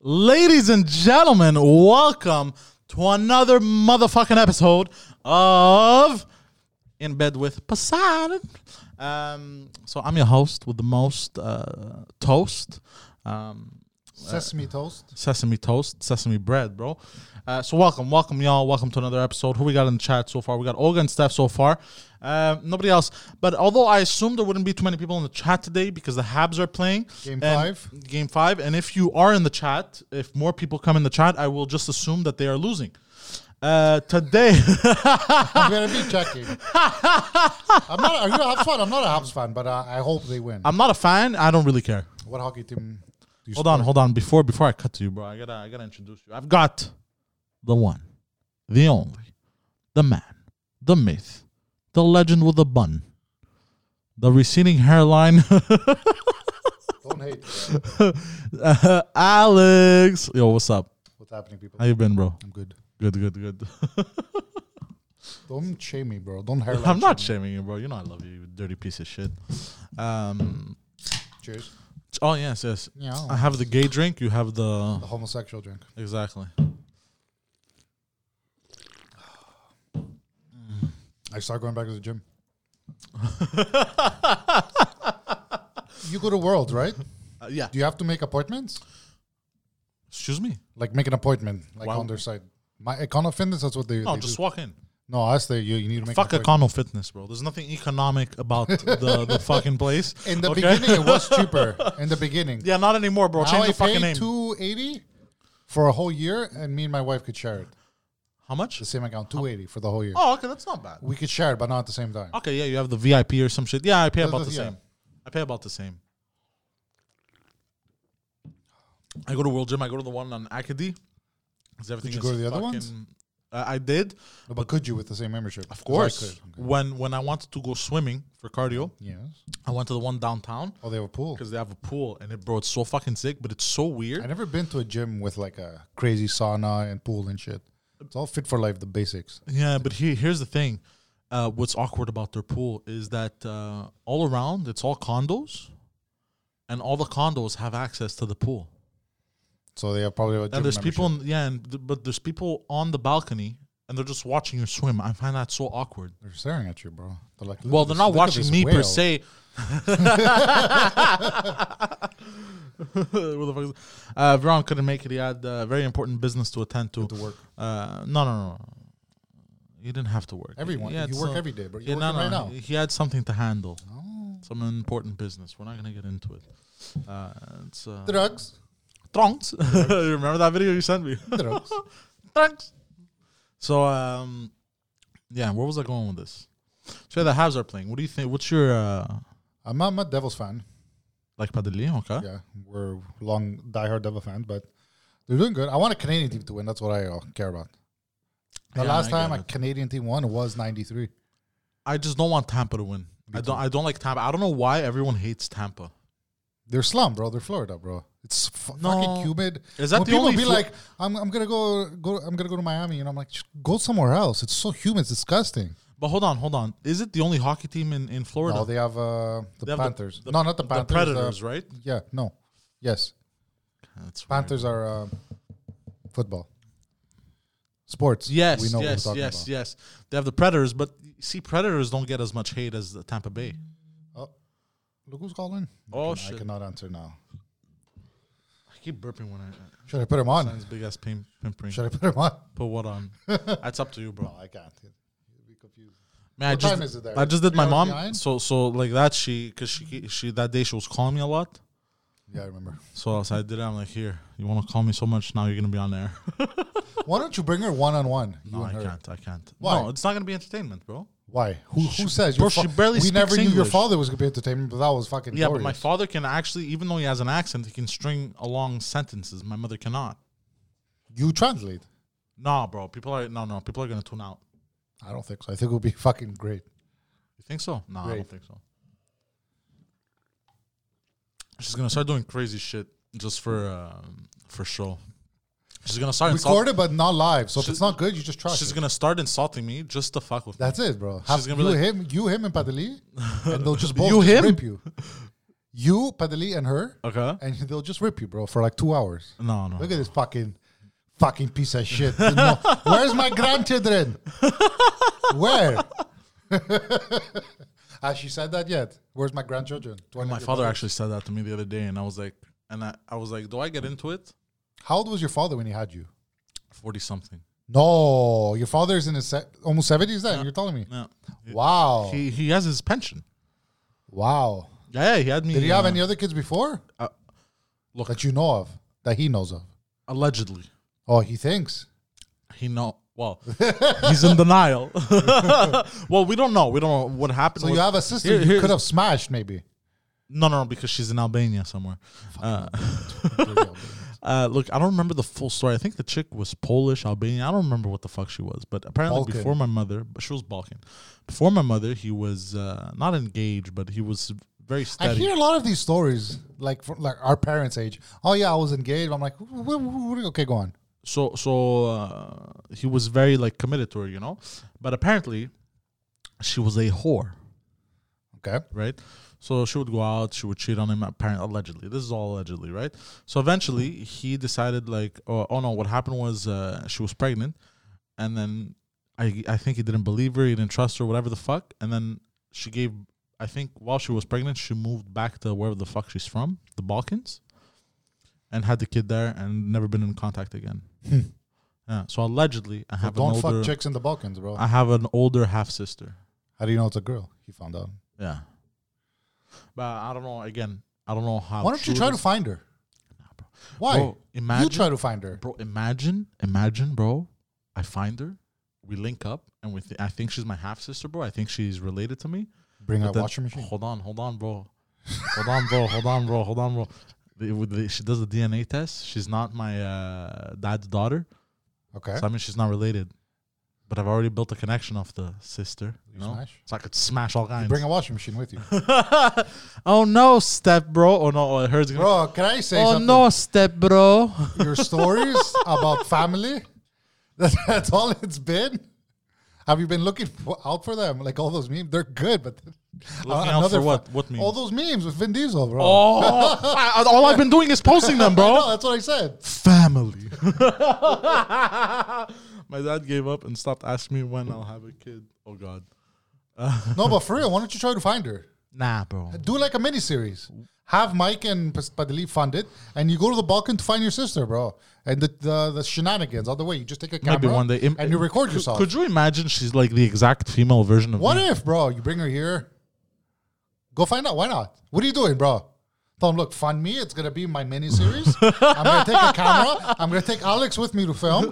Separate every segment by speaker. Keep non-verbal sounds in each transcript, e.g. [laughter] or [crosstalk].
Speaker 1: Ladies and gentlemen, welcome to another motherfucking episode of In Bed with Poseidon. Um, so I'm your host with the most uh, toast, um, [laughs]
Speaker 2: Sesame toast.
Speaker 1: sesame toast, sesame bread, bro. Uh, so welcome, welcome y'all, welcome to another episode. Who we got in the chat so far? We got Olga and Steph so far. Uh, nobody else. But although I assume there wouldn't be too many people in the chat today because the Habs are playing
Speaker 2: Game
Speaker 1: And-
Speaker 2: five.
Speaker 1: game five. And if you are in the chat, if more people come in the chat, I will just assume that they are losing. Uh, today, [laughs]
Speaker 2: I'm gonna be checking. I'm not. Are you a Habs fan? I'm not a Habs fan, but uh, I, I hope they win.
Speaker 1: I'm not a fan. I don't really care.
Speaker 2: what hockey team? Do you
Speaker 1: Hold on,
Speaker 2: support?
Speaker 1: hold on. Before before I cut to you, bro, I gotta I gotta introduce you. I've got the one, the only, the man, the myth, the legend with the bun, the receding hairline, [laughs]
Speaker 2: Don't hate. bro.
Speaker 1: Alex. Yo, what's up?
Speaker 2: What's happening, people?
Speaker 1: How you been, bro?
Speaker 2: I'm good.
Speaker 1: Good, good, good.
Speaker 2: Don't shame me, bro. Don't hairline.
Speaker 1: [laughs] I'm not
Speaker 2: shame
Speaker 1: shaming you, bro. You know I love you, you dirty piece of shit. Um.
Speaker 2: me. Cheers.
Speaker 1: Oh yes, yes.
Speaker 2: Yeah.
Speaker 1: I have the gay drink. You have the
Speaker 2: The homosexual drink.
Speaker 1: exactly.
Speaker 2: I start going back to the
Speaker 1: [laughs]
Speaker 2: gym. you go to World, right?
Speaker 1: Uh, yeah.
Speaker 2: Do you have to make appointments?
Speaker 1: Excuse me.
Speaker 2: Like make an appointment, like
Speaker 1: Wow.
Speaker 2: on their site. My Econo Fitness, that's what they.
Speaker 1: No,
Speaker 2: they
Speaker 1: Oh, just
Speaker 2: do.
Speaker 1: walk in.
Speaker 2: no. Us, they you, you need to make.
Speaker 1: Fuck
Speaker 2: an appointment.
Speaker 1: Econo Fitness, bro. There's nothing economic
Speaker 2: [laughs]
Speaker 1: about the, the fucking place.
Speaker 2: In the
Speaker 1: okay?
Speaker 2: beginning, it was
Speaker 1: [laughs]
Speaker 2: cheaper. In the beginning,
Speaker 1: Yeah, not anymore, bro.
Speaker 2: Now
Speaker 1: Change
Speaker 2: I
Speaker 1: the fucking
Speaker 2: pay
Speaker 1: name.
Speaker 2: two eighty for a whole year, and me and my wife could share it.
Speaker 1: How much?
Speaker 2: The same account, two eighty for the whole year.
Speaker 1: Oh, okay, that's not bad.
Speaker 2: We could share it, but not at the same time.
Speaker 1: Okay, yeah, you have the VIP or some shit. Yeah, I pay
Speaker 2: That's
Speaker 1: about the
Speaker 2: the- yeah.
Speaker 1: same. I pay about the same. I go to World Gym. I go to the one on Acadie. 'cause everything
Speaker 2: you
Speaker 1: is
Speaker 2: go to the other ones?
Speaker 1: fucking- I I did.
Speaker 2: No, But could you with the same membership?
Speaker 1: Of course.
Speaker 2: I could. Okay.
Speaker 1: When when I wanted to go swimming for cardio,
Speaker 2: Yes.
Speaker 1: I went to the one downtown
Speaker 2: Oh, they have a pool.
Speaker 1: because they have a pool and it bro, it's so fucking sick, but it's so
Speaker 2: I
Speaker 1: weird.
Speaker 2: never been to a gym with like a crazy sauna and pool and shit. It's all fit for life, the basics.
Speaker 1: Yeah, but here here's the thing. Uh, what's awkward about their pool is that uh, all around it's all condos, and all the condos have access to the pool.
Speaker 2: So they have probably a gym
Speaker 1: And there's
Speaker 2: membership.
Speaker 1: people, in, yeah, and th- but there's people on the balcony, and they're just watching you swim. I find that so awkward.
Speaker 2: They're staring at you, bro. They're like, look
Speaker 1: Well,
Speaker 2: at
Speaker 1: they're
Speaker 2: this-
Speaker 1: not
Speaker 2: look at
Speaker 1: watching
Speaker 2: this
Speaker 1: me per
Speaker 2: whale. [laughs]
Speaker 1: se. [laughs] What the fuck is- uh, Veron couldn't make it. He had uh, very important business to attend to.
Speaker 2: To work,
Speaker 1: Uh, no, no, no. You didn't have to work.
Speaker 2: everyone.
Speaker 1: He had
Speaker 2: you work
Speaker 1: some-
Speaker 2: every day, bro.
Speaker 1: Yeah,
Speaker 2: You're
Speaker 1: no,
Speaker 2: working right
Speaker 1: no.
Speaker 2: now.
Speaker 1: He he had something to handle.
Speaker 2: Oh.
Speaker 1: Some important business. We're not gonna get into it. Uh, it's uh,
Speaker 2: Drugs,
Speaker 1: Trunks. [laughs] you remember that video you sent
Speaker 2: [laughs]
Speaker 1: me?
Speaker 2: drugs.
Speaker 1: Trunks. So um, yeah. Where was I going with this? So yeah, the Habs are playing. What do you think? What's your uh,
Speaker 2: I'm, I'm a Devils fan.
Speaker 1: like Padeli? Okay.
Speaker 2: yeah, we're long diehard Devil fan, but they're doing good. I want a Canadian team to win. That's what I uh, care about. The
Speaker 1: Yeah,
Speaker 2: last
Speaker 1: I
Speaker 2: time
Speaker 1: get
Speaker 2: a
Speaker 1: it.
Speaker 2: Canadian team won was '93.
Speaker 1: I just don't want Tampa to win. I don't. I don't like Tampa. I don't know why everyone hates Tampa.
Speaker 2: They're slum, bro. They're Florida, bro. It's f-
Speaker 1: No.
Speaker 2: fucking humid.
Speaker 1: Is that
Speaker 2: when
Speaker 1: the
Speaker 2: people
Speaker 1: only
Speaker 2: be
Speaker 1: Flo-
Speaker 2: like, I'm, "I'm gonna go, go, I'm gonna go to Miami," and I'm like, "Just "Go somewhere else. It's so humid. It's disgusting."
Speaker 1: But hold on, hold on. Is it the only hockey team in in Florida?
Speaker 2: No, they have uh, the
Speaker 1: They have the-
Speaker 2: Panthers. no, not the Panthers.
Speaker 1: The
Speaker 2: uh,
Speaker 1: Predators, right?
Speaker 2: yeah, no, yes,
Speaker 1: That's weird.
Speaker 2: Panthers are uh, football, sports.
Speaker 1: Yes,
Speaker 2: we know what we're
Speaker 1: yes,
Speaker 2: talking
Speaker 1: yes,
Speaker 2: about.
Speaker 1: yes. They have the Predators, but see, Predators don't get as much hate as the Tampa Bay.
Speaker 2: Look who's calling.
Speaker 1: Oh
Speaker 2: I
Speaker 1: shit! I,
Speaker 2: cannot answer now.
Speaker 1: keep burping when I
Speaker 2: Should I put him on?
Speaker 1: sounds big ass pim- pimpering.
Speaker 2: [laughs] Should I put him on?
Speaker 1: Put what
Speaker 2: [laughs]
Speaker 1: on? That's up to you, bro.
Speaker 2: No, I can't. You'll be confused.
Speaker 1: Man, I
Speaker 2: What
Speaker 1: just
Speaker 2: time is it there?
Speaker 1: I just did
Speaker 2: Three
Speaker 1: my
Speaker 2: hours
Speaker 1: mom.
Speaker 2: behind?
Speaker 1: So so like that she because she she that day she was calling me a lot.
Speaker 2: Yeah, I remember.
Speaker 1: So, I- so I did it. I'm like, here, you want to call me so much now? You're gonna be on air.
Speaker 2: [laughs]
Speaker 1: [laughs]
Speaker 2: Why don't you bring her one on one? You
Speaker 1: No, I
Speaker 2: and her.
Speaker 1: can't. I can't.
Speaker 2: Why?
Speaker 1: No, it's not gonna be entertainment, bro.
Speaker 2: Why? Who, who says
Speaker 1: bro,
Speaker 2: your
Speaker 1: she barely
Speaker 2: We never
Speaker 1: speaks
Speaker 2: knew your
Speaker 1: English.
Speaker 2: father was going to be entertainment, but that was fucking.
Speaker 1: Yeah, but my
Speaker 2: glorious.
Speaker 1: father can actually, even though he has an accent, he can string along sentences. My mother cannot.
Speaker 2: You translate.
Speaker 1: Nah, bro. People are no, no. People are gonna tune out.
Speaker 2: I don't think so. I think it would be fucking great.
Speaker 1: You think so? No, I don't
Speaker 2: Great.
Speaker 1: think so. She's gonna start doing crazy shit just for um, for show. She's gonna start
Speaker 2: Record
Speaker 1: insulting.
Speaker 2: it, but not live. So if
Speaker 1: She's-
Speaker 2: it's not good, you just trash
Speaker 1: She's
Speaker 2: it.
Speaker 1: gonna start insulting me just to fuck with me.
Speaker 2: That's it, bro. Have
Speaker 1: gonna
Speaker 2: you
Speaker 1: be like- [laughs]
Speaker 2: him, you him, and Padeli, and they'll just both
Speaker 1: You
Speaker 2: just
Speaker 1: him?
Speaker 2: rip you. You, Padeli, and her,
Speaker 1: Okay.
Speaker 2: and they'll just rip you, bro, for like two hours.
Speaker 1: No, no.
Speaker 2: Look at this fucking fucking piece of shit. No. Where's my grandchildren? Where? [laughs] Has she said that yet? Where's my grandchildren? Do I
Speaker 1: Oh, My
Speaker 2: need your
Speaker 1: father
Speaker 2: father?
Speaker 1: actually said that to me the other day, and I was like, and I, I was like, do I get into it?
Speaker 2: How old was your father when he had you?
Speaker 1: Forty something.
Speaker 2: No, your father's in his se- almost seventies. Then you're telling me.
Speaker 1: Yeah.
Speaker 2: Wow,
Speaker 1: He he has his pension.
Speaker 2: wow.
Speaker 1: Yeah, yeah, he had me.
Speaker 2: Did he have
Speaker 1: uh,
Speaker 2: any other kids before?
Speaker 1: Uh,
Speaker 2: look that you know of, that he knows of.
Speaker 1: Allegedly,
Speaker 2: Oh, he thinks.
Speaker 1: he know. Well,
Speaker 2: [laughs]
Speaker 1: he's in denial. [laughs] well, we don't know. We don't know what happened.
Speaker 2: So
Speaker 1: with-
Speaker 2: you have a sister
Speaker 1: Here-
Speaker 2: you
Speaker 1: here's-
Speaker 2: could have
Speaker 1: [laughs]
Speaker 2: smashed, maybe.
Speaker 1: no, no, no, because she's in Albania somewhere. Uh, uh, look, I don't remember the full story. I think the chick was Polish, Albanian. I don't remember what the fuck she was, but apparently
Speaker 2: Balkan.
Speaker 1: before my mother, but she was Balkan. Before my mother, he was uh, not engaged, but he was very
Speaker 2: I
Speaker 1: steady.
Speaker 2: hear a lot of these stories, like from, like our parents' age. Oh yeah, I was engaged. I'm like, "Wh- wh- wh- wh- okay, go on.
Speaker 1: so so uh, he was very like committed to her, you know. But apparently, she was a whore,
Speaker 2: Okay,
Speaker 1: right? So she would go out, she would cheat on him. Apparently, allegedly, this is all allegedly, right? So eventually, he decided like, oh, oh no, what happened was uh, she was pregnant, and then I I think he didn't believe her, he didn't trust her, whatever the fuck, and then she gave. I think while she was pregnant, she moved back to wherever the fuck she's from, the Balkans, and had the kid there, and never been in contact again. yeah. So allegedly, I have
Speaker 2: Hmm. don't
Speaker 1: an
Speaker 2: fuck
Speaker 1: older.
Speaker 2: chicks in the Balkans, bro.
Speaker 1: I have an older half sister.
Speaker 2: How do you know it's a girl? He found out.
Speaker 1: Yeah. But I don't know. Again, I don't know how.
Speaker 2: Why don't you
Speaker 1: true
Speaker 2: try
Speaker 1: it
Speaker 2: to
Speaker 1: is.
Speaker 2: find her? Why?
Speaker 1: Bro,
Speaker 2: you
Speaker 1: imagine,
Speaker 2: try to find her.
Speaker 1: bro. Imagine, imagine, bro. I find her. We link up, and we. Th- I think she's my half sister, bro. I think she's related to me.
Speaker 2: Bring a
Speaker 1: Then-
Speaker 2: washing machine.
Speaker 1: Hold on, hold on, bro. hold on, bro. Hold on, bro. Hold on, bro. The- with the- she does the DNA test. She's not my uh, dad's daughter,
Speaker 2: Okay.
Speaker 1: so I mean she's not related. But I've already built a connection off the sister, you
Speaker 2: You
Speaker 1: know,
Speaker 2: smash.
Speaker 1: so I could smash all kinds.
Speaker 2: Bring a washing
Speaker 1: [laughs]
Speaker 2: machine with you,
Speaker 1: oh no, step bro. Oh no, oh, hers. Gonna-
Speaker 2: bro. Can I say
Speaker 1: oh
Speaker 2: something?
Speaker 1: no, step bro.
Speaker 2: your stories about family. [laughs] That, that's all it's been. Have you been looking for, out for them? Like all those memes, they're good, but
Speaker 1: Looking out for
Speaker 2: fa-
Speaker 1: what? What memes?
Speaker 2: All those memes with Vin Diesel, bro.
Speaker 1: Oh, I- I- [laughs] all I've been doing is posting them,
Speaker 2: I
Speaker 1: bro.
Speaker 2: know, that's what I said.
Speaker 1: [laughs] Family. [laughs] My dad gave up and stopped asking me when I'll have a kid. Oh God.
Speaker 2: No, but for real, why don't you try to find her?
Speaker 1: Nah, bro.
Speaker 2: Do like a mini series. Have Mike and Pas- Padili fund it, and you go to the Balkan to find your sister, bro. And the the, the shenanigans out the way. You just take a camera
Speaker 1: Maybe one day. Im-
Speaker 2: and you record
Speaker 1: could,
Speaker 2: yourself.
Speaker 1: Could you imagine? She's like the exact female version of
Speaker 2: What
Speaker 1: me.
Speaker 2: if, bro? You bring her here. Go find out. Why not? What are you doing, bro? Tell him, look, fund me. It's gonna be my mini
Speaker 1: [laughs]
Speaker 2: series. I'm gonna take a camera. I'm gonna take Alex with me
Speaker 1: [laughs]
Speaker 2: to film. [laughs]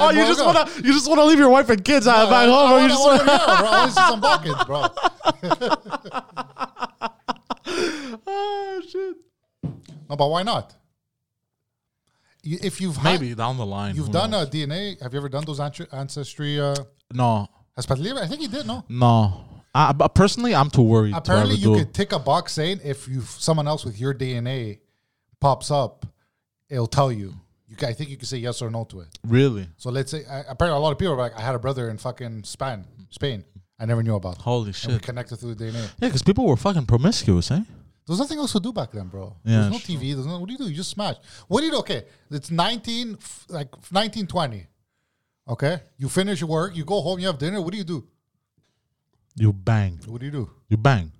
Speaker 1: oh, you just wanna you just wanna leave your wife and kids out back home. bro.
Speaker 2: I
Speaker 1: You
Speaker 2: wanna-
Speaker 1: just [laughs]
Speaker 2: I wanna know, bro. I wanna see some buckets, bro.
Speaker 1: wanna- oh shit.
Speaker 2: No, but why not? You, if you've had-
Speaker 1: Maybe down the line.
Speaker 2: you've
Speaker 1: who
Speaker 2: done
Speaker 1: knows?
Speaker 2: uh, DNA, have you ever done those ancestry? ancestry uh,
Speaker 1: no,
Speaker 2: has Padilla- I think he did. No.
Speaker 1: no. I, but personally, I'm too worried. to
Speaker 2: Apparently,
Speaker 1: ever
Speaker 2: you
Speaker 1: do.
Speaker 2: could tick a box saying if you someone else with your DNA pops up, it'll tell you. You ca I think you can say yes or no to it.
Speaker 1: really.
Speaker 2: So let's say I, apparently a lot of people are like, I had a brother in fucking Spain, Spain. I never knew about.
Speaker 1: Holy
Speaker 2: And we
Speaker 1: shit.
Speaker 2: connected through the DNA.
Speaker 1: Yeah, because people were fucking promiscuous, eh?
Speaker 2: There's nothing else to do back then, bro.
Speaker 1: Yeah,
Speaker 2: there's no
Speaker 1: sure.
Speaker 2: TV. There's no. What do you do? You just smash. What do you do? Okay, it's 19, f- like 1920. Okay, you finish your work, you go home, you have dinner. What do you do?
Speaker 1: You bang.
Speaker 2: What do you do?
Speaker 1: You bang.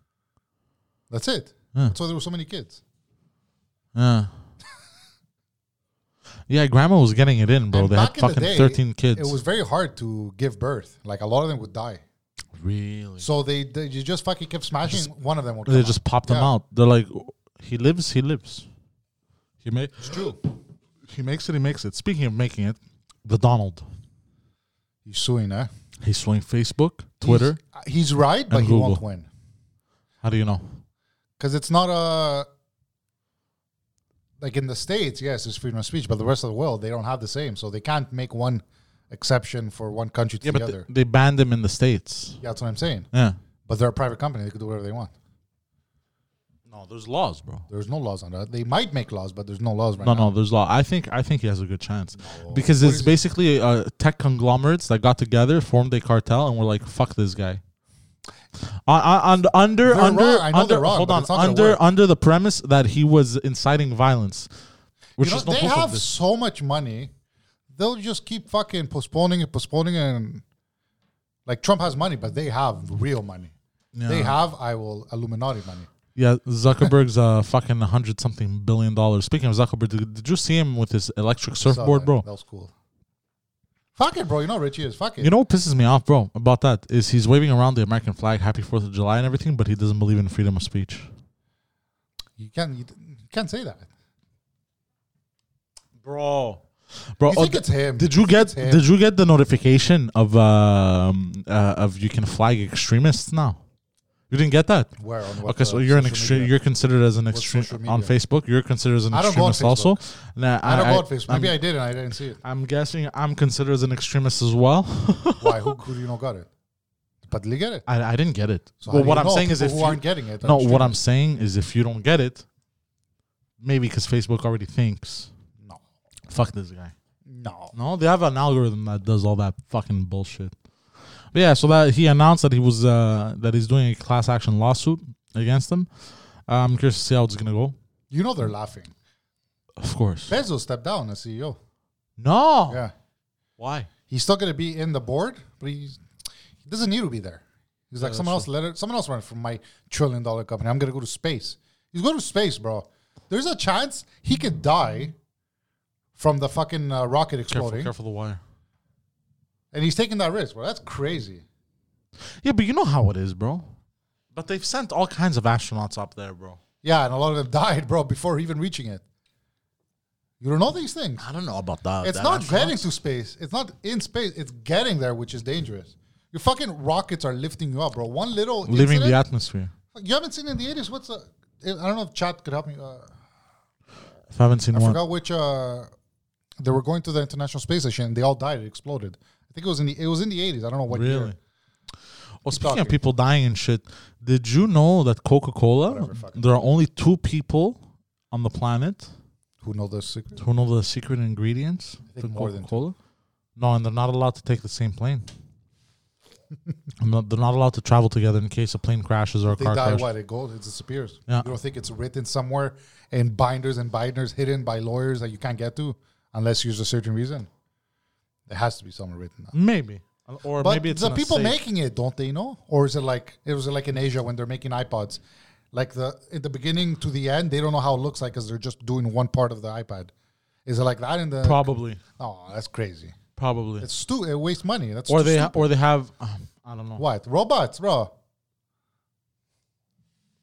Speaker 2: That's it.
Speaker 1: Yeah.
Speaker 2: That's why there were so many kids.
Speaker 1: Yeah. [laughs] yeah, grandma was getting it in, bro.
Speaker 2: And
Speaker 1: they had
Speaker 2: back in the
Speaker 1: fucking
Speaker 2: day,
Speaker 1: 13 kids.
Speaker 2: It was very hard to give birth. Like a lot of them would die.
Speaker 1: really.
Speaker 2: So they, they you just fucking kept smashing. one of them would.
Speaker 1: They
Speaker 2: come
Speaker 1: just popped him
Speaker 2: Yeah.
Speaker 1: out. They're like, he lives, he lives. He ma-
Speaker 2: out. It's true.
Speaker 1: he makes it, he makes it. Speaking of making it, the Donald.
Speaker 2: He's suing, eh?
Speaker 1: He's suing Facebook, Twitter.
Speaker 2: He's, uh, he's right, but
Speaker 1: and
Speaker 2: he won't
Speaker 1: Google.
Speaker 2: win
Speaker 1: How do you know?
Speaker 2: because it's not a like in the states. Yes, there's freedom of speech, but the rest of the world they don't have the same, so they can't make one exception for one country to
Speaker 1: Yeah,
Speaker 2: the
Speaker 1: but th-
Speaker 2: other.
Speaker 1: they banned him in the States.
Speaker 2: yeah, that's what I'm saying.
Speaker 1: Yeah.
Speaker 2: But they're a private company; they could do whatever they want.
Speaker 1: No, there's laws, bro.
Speaker 2: There's no laws on that. They might make laws, but there's no laws right
Speaker 1: No,
Speaker 2: now.
Speaker 1: no, there's law. I think I think he has a good chance because
Speaker 2: What
Speaker 1: it's
Speaker 2: is it?
Speaker 1: basically uh, tech conglomerates that got together, formed a cartel, and were like, "Fuck this guy." On, on, on- under
Speaker 2: They're
Speaker 1: under
Speaker 2: wrong. I know
Speaker 1: under
Speaker 2: they're wrong,
Speaker 1: hold
Speaker 2: but
Speaker 1: on
Speaker 2: it's not gonna
Speaker 1: under
Speaker 2: work.
Speaker 1: under the premise that he was inciting violence, which
Speaker 2: You know,
Speaker 1: is no
Speaker 2: they
Speaker 1: proof of
Speaker 2: have
Speaker 1: this.
Speaker 2: so much money, they'll just keep fucking postponing it, postponing it. And like Trump has money, but they have real money. They have I will Illuminati money.
Speaker 1: Yeah, Zuckerberg's uh fucking hundred something billion dollars. Speaking of Zuckerberg, did, did you see him with his electric
Speaker 2: So,
Speaker 1: surfboard,
Speaker 2: man,
Speaker 1: bro?
Speaker 2: That was cool. Fuck it, bro. You know how rich he is. Fuck it.
Speaker 1: You know what pisses me off, bro, about that is he's waving around the American flag, Happy Fourth of July and everything, but he doesn't believe in freedom of speech.
Speaker 2: you can't you, you can't say that.
Speaker 1: Oh, Bro. Bro,
Speaker 2: You
Speaker 1: oh,
Speaker 2: think it's him?
Speaker 1: did you
Speaker 2: think
Speaker 1: get
Speaker 2: it's him.
Speaker 1: did you get the notification of um uh, of you can flag extremists now? You didn't get that?
Speaker 2: Where on what,
Speaker 1: Okay, so
Speaker 2: uh,
Speaker 1: you're an
Speaker 2: social
Speaker 1: extreme.
Speaker 2: media?
Speaker 1: You're considered as an extreme
Speaker 2: social
Speaker 1: on
Speaker 2: media?
Speaker 1: Facebook. You're considered as an
Speaker 2: I don't go on
Speaker 1: extremist also. Nah,
Speaker 2: I don't go on Facebook.
Speaker 1: I'm-
Speaker 2: Maybe I did and I didn't see it.
Speaker 1: [laughs] I'm guessing I'm considered as an extremist as well. [laughs]
Speaker 2: Why? Who, who do you know got it? But they get it.
Speaker 1: I, I didn't get it.
Speaker 2: So how
Speaker 1: well,
Speaker 2: do
Speaker 1: what
Speaker 2: you
Speaker 1: I'm
Speaker 2: know
Speaker 1: saying is
Speaker 2: people
Speaker 1: if
Speaker 2: who
Speaker 1: you,
Speaker 2: aren't getting it,
Speaker 1: no,
Speaker 2: are
Speaker 1: what I'm
Speaker 2: extremists?
Speaker 1: saying is if you don't get it, maybe because Facebook already thinks,
Speaker 2: no,
Speaker 1: fuck this guy.
Speaker 2: no.
Speaker 1: No, they have an algorithm that does all that fucking bullshit. But yeah, so that he announced that he was uh, that he's doing a class action lawsuit against them. Uh, I'm curious to see how it's gonna go.
Speaker 2: You know they're laughing.
Speaker 1: Of course.
Speaker 2: Bezos stepped down as CEO.
Speaker 1: No.
Speaker 2: Yeah,
Speaker 1: Why?
Speaker 2: he's still gonna be in the board, but he's, he doesn't need to be there. He's like someone else. Let it, someone else run it from my trillion dollar company. I'm gonna go to space. He's going to space, bro. There's a chance he could die from the fucking uh, rocket
Speaker 1: Careful,
Speaker 2: exploding,
Speaker 1: careful the wire.
Speaker 2: and he's taking that risk, bro. That's crazy.
Speaker 1: Yeah, but you know how it is, bro. But they've sent all kinds of astronauts up there, bro.
Speaker 2: Yeah, and a lot of them [laughs] died, bro, before even reaching it. You don't know these things.
Speaker 1: I don't know about that.
Speaker 2: It's
Speaker 1: that
Speaker 2: not
Speaker 1: astronaut.
Speaker 2: heading to space. It's not in space. It's getting there, which is dangerous. Your fucking rockets are lifting you up, bro. One little
Speaker 1: leaving the
Speaker 2: incident-
Speaker 1: atmosphere.
Speaker 2: You haven't seen in the eighties. What's a? I don't know if chat could help me. Uh,
Speaker 1: If I haven't seen
Speaker 2: I
Speaker 1: one,
Speaker 2: forgot which. Uh, they were going to the International Space Station. and They all died. It exploded. I think it was in the. It was in the eighties. I don't know what
Speaker 1: really.
Speaker 2: year.
Speaker 1: Well, Oh, speaking of
Speaker 2: talking.
Speaker 1: people dying and shit, did you know that Coca Cola?
Speaker 2: Whatever, fuck it.
Speaker 1: There are only two people on the planet
Speaker 2: Who know the secret?
Speaker 1: who know the secret ingredients
Speaker 2: I think
Speaker 1: to
Speaker 2: more
Speaker 1: Coca
Speaker 2: than
Speaker 1: Cola. No, and they're not allowed to take the same plane. [laughs] And not- they're not allowed to travel together in case a plane crashes or a
Speaker 2: They
Speaker 1: car
Speaker 2: die.
Speaker 1: crash.
Speaker 2: What it goes? It disappears.
Speaker 1: Yeah.
Speaker 2: You don't think it's written somewhere in binders and binders hidden by lawyers that you can't get to unless you use a certain reason. There has to be somewhere written. Now.
Speaker 1: Maybe, or
Speaker 2: But
Speaker 1: maybe it's
Speaker 2: the
Speaker 1: in a
Speaker 2: people
Speaker 1: safe.
Speaker 2: making it, don't they know? Or is it like it was like in Asia when they're making iPods, like the at the beginning to the end, they don't know how it looks like because they're just doing one part of the iPad. Is it like that in the?
Speaker 1: probably,
Speaker 2: oh, that's crazy.
Speaker 1: probably,
Speaker 2: It's stu. It wastes money. That's
Speaker 1: or
Speaker 2: too
Speaker 1: they
Speaker 2: stu-
Speaker 1: ha- or they have. Um, I don't know.
Speaker 2: what robots, bro.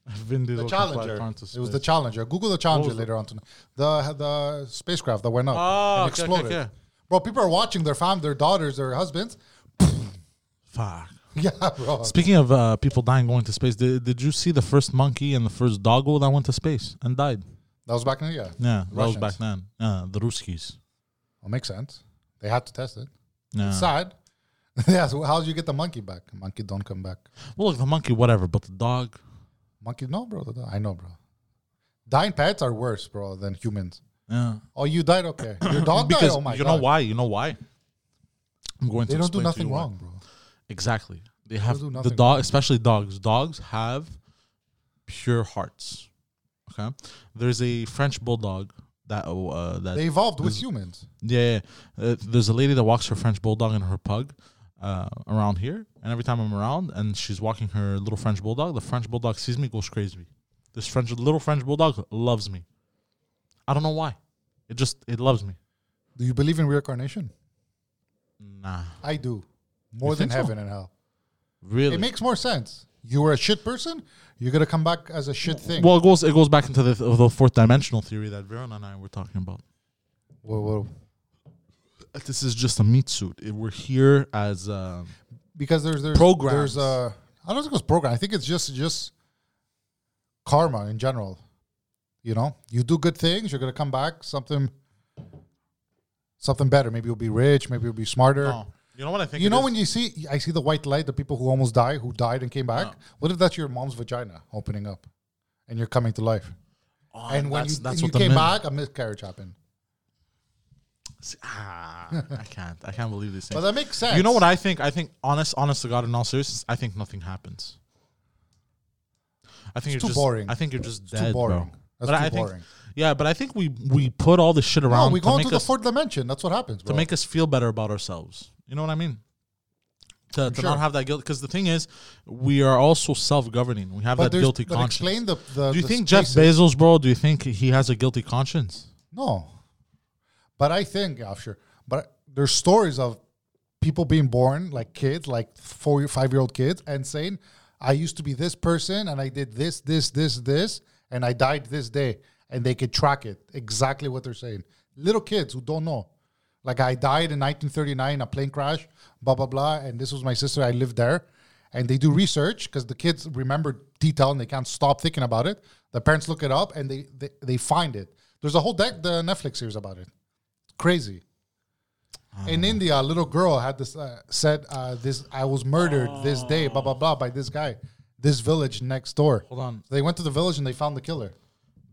Speaker 1: Vin Diesel can
Speaker 2: The
Speaker 1: fly
Speaker 2: Challenger.
Speaker 1: car into
Speaker 2: It was
Speaker 1: space.
Speaker 2: the Challenger. Google the Challenger
Speaker 1: was it?
Speaker 2: later on tonight. The the spacecraft that went up
Speaker 1: Ah,
Speaker 2: and
Speaker 1: okay, okay,
Speaker 2: exploded.
Speaker 1: okay.
Speaker 2: Bro, people are watching their fam, their daughters, their husbands. [laughs]
Speaker 1: Fuck.
Speaker 2: Yeah, bro.
Speaker 1: Speaking of uh, people dying going to space, did, did you see the first monkey and the first doggo that went to space and died?
Speaker 2: That was back in the yeah.
Speaker 1: Yeah, that was
Speaker 2: Russians.
Speaker 1: back then. Yeah, the Ruskies.
Speaker 2: Well, makes sense. They had to test it.
Speaker 1: Yeah.
Speaker 2: Sad. [laughs] yeah. So how did you get the monkey back? Monkey don't come back.
Speaker 1: Well, look, the monkey, whatever, but the dog.
Speaker 2: Monkey, no, bro. I know, bro. Dying pets are worse, bro, than humans.
Speaker 1: Yeah.
Speaker 2: Oh, you
Speaker 1: [coughs]
Speaker 2: died. Okay, your dog died.
Speaker 1: Because
Speaker 2: Oh my
Speaker 1: you
Speaker 2: god.
Speaker 1: know why? You know why? I'm going
Speaker 2: They
Speaker 1: to
Speaker 2: don't do
Speaker 1: explain to
Speaker 2: nothing
Speaker 1: you why.
Speaker 2: wrong, bro.
Speaker 1: Exactly. They have
Speaker 2: do
Speaker 1: the
Speaker 2: nothing
Speaker 1: dog, especially dogs. Dogs have pure hearts. Okay. There's a French bulldog that uh, that
Speaker 2: They evolved with humans.
Speaker 1: Yeah, yeah. Uh, there's a lady that walks her French bulldog and her pug uh, around here, and every time I'm around and she's walking her little French bulldog, the French bulldog sees me, goes crazy. This French little French bulldog loves me. I don't know why. It just it loves me.
Speaker 2: Do you believe in reincarnation?
Speaker 1: Nah,
Speaker 2: I do. More
Speaker 1: You
Speaker 2: than
Speaker 1: think so?
Speaker 2: heaven and hell.
Speaker 1: really.
Speaker 2: It makes more sense. You were a shit person, you're gonna come back as a shit thing.
Speaker 1: well, it goes it goes back into the, the fourth dimensional theory that Veron and I were talking about.
Speaker 2: Whoa, whoa.
Speaker 1: This is just a meat suit. It- we're here as um,
Speaker 2: Because there's there's
Speaker 1: Programs.
Speaker 2: There's uh I don't think it's program. I think it's just just karma in general. You know, you do good things, you're gonna come back something something better. Maybe you'll be rich, maybe you'll be smarter.
Speaker 1: oh, you know what I think.
Speaker 2: You know when you see I see the white light, the people who almost die, who died and came
Speaker 1: Oh.
Speaker 2: back. What if that's your mom's vagina opening up, and you're coming to life? and when
Speaker 1: Oh, that's,
Speaker 2: you,
Speaker 1: that's
Speaker 2: and
Speaker 1: what
Speaker 2: you
Speaker 1: the
Speaker 2: came
Speaker 1: myth-
Speaker 2: back, a miscarriage happened.
Speaker 1: See, ah, I can't. I can't believe these
Speaker 2: But
Speaker 1: things.
Speaker 2: that makes sense.
Speaker 1: You know what I think? I think honest, honest to God, in all seriousness, I think nothing happens. I think
Speaker 2: It's
Speaker 1: you're
Speaker 2: too
Speaker 1: just,
Speaker 2: boring.
Speaker 1: I think you're just
Speaker 2: too
Speaker 1: dead,
Speaker 2: boring.
Speaker 1: bro.
Speaker 2: That's
Speaker 1: but I
Speaker 2: too
Speaker 1: I think,
Speaker 2: boring.
Speaker 1: Yeah, but I think we we put all this shit around
Speaker 2: No, we
Speaker 1: to
Speaker 2: go
Speaker 1: make
Speaker 2: into the
Speaker 1: us-
Speaker 2: fourth dimension. That's what happens,
Speaker 1: to
Speaker 2: bro.
Speaker 1: make us feel better about ourselves. You know what I mean? To, to
Speaker 2: sure.
Speaker 1: not have that guilt, because the thing is, we are also self-governing. We have
Speaker 2: but
Speaker 1: that
Speaker 2: there's-
Speaker 1: guilty
Speaker 2: but
Speaker 1: conscience.
Speaker 2: explain the, the
Speaker 1: do you
Speaker 2: the
Speaker 1: think
Speaker 2: spaces.
Speaker 1: Jeff Bezos, bro? Do you think he has a guilty conscience?
Speaker 2: No. But I think, yeah, sure. But there's stories of people being born, like kids, like four or five year old kids, and saying, I used to be this person and I did this, this, this, this, and I died this day. And they could track it exactly what they're saying. Little kids who don't know. Like, I died in 1939, a plane crash, blah, blah, blah. And this was my sister. I lived there. And they do research because the kids remember detail and they can't stop thinking about it. The parents look it up and they, they, they find it. There's a whole deck, the Netflix series about it. Crazy. In India, a little girl had this uh, said, uh, "This I was murdered this
Speaker 1: Oh.
Speaker 2: day, blah blah blah, by this guy, this village next door."
Speaker 1: Hold on,
Speaker 2: They went to the village and they found the killer.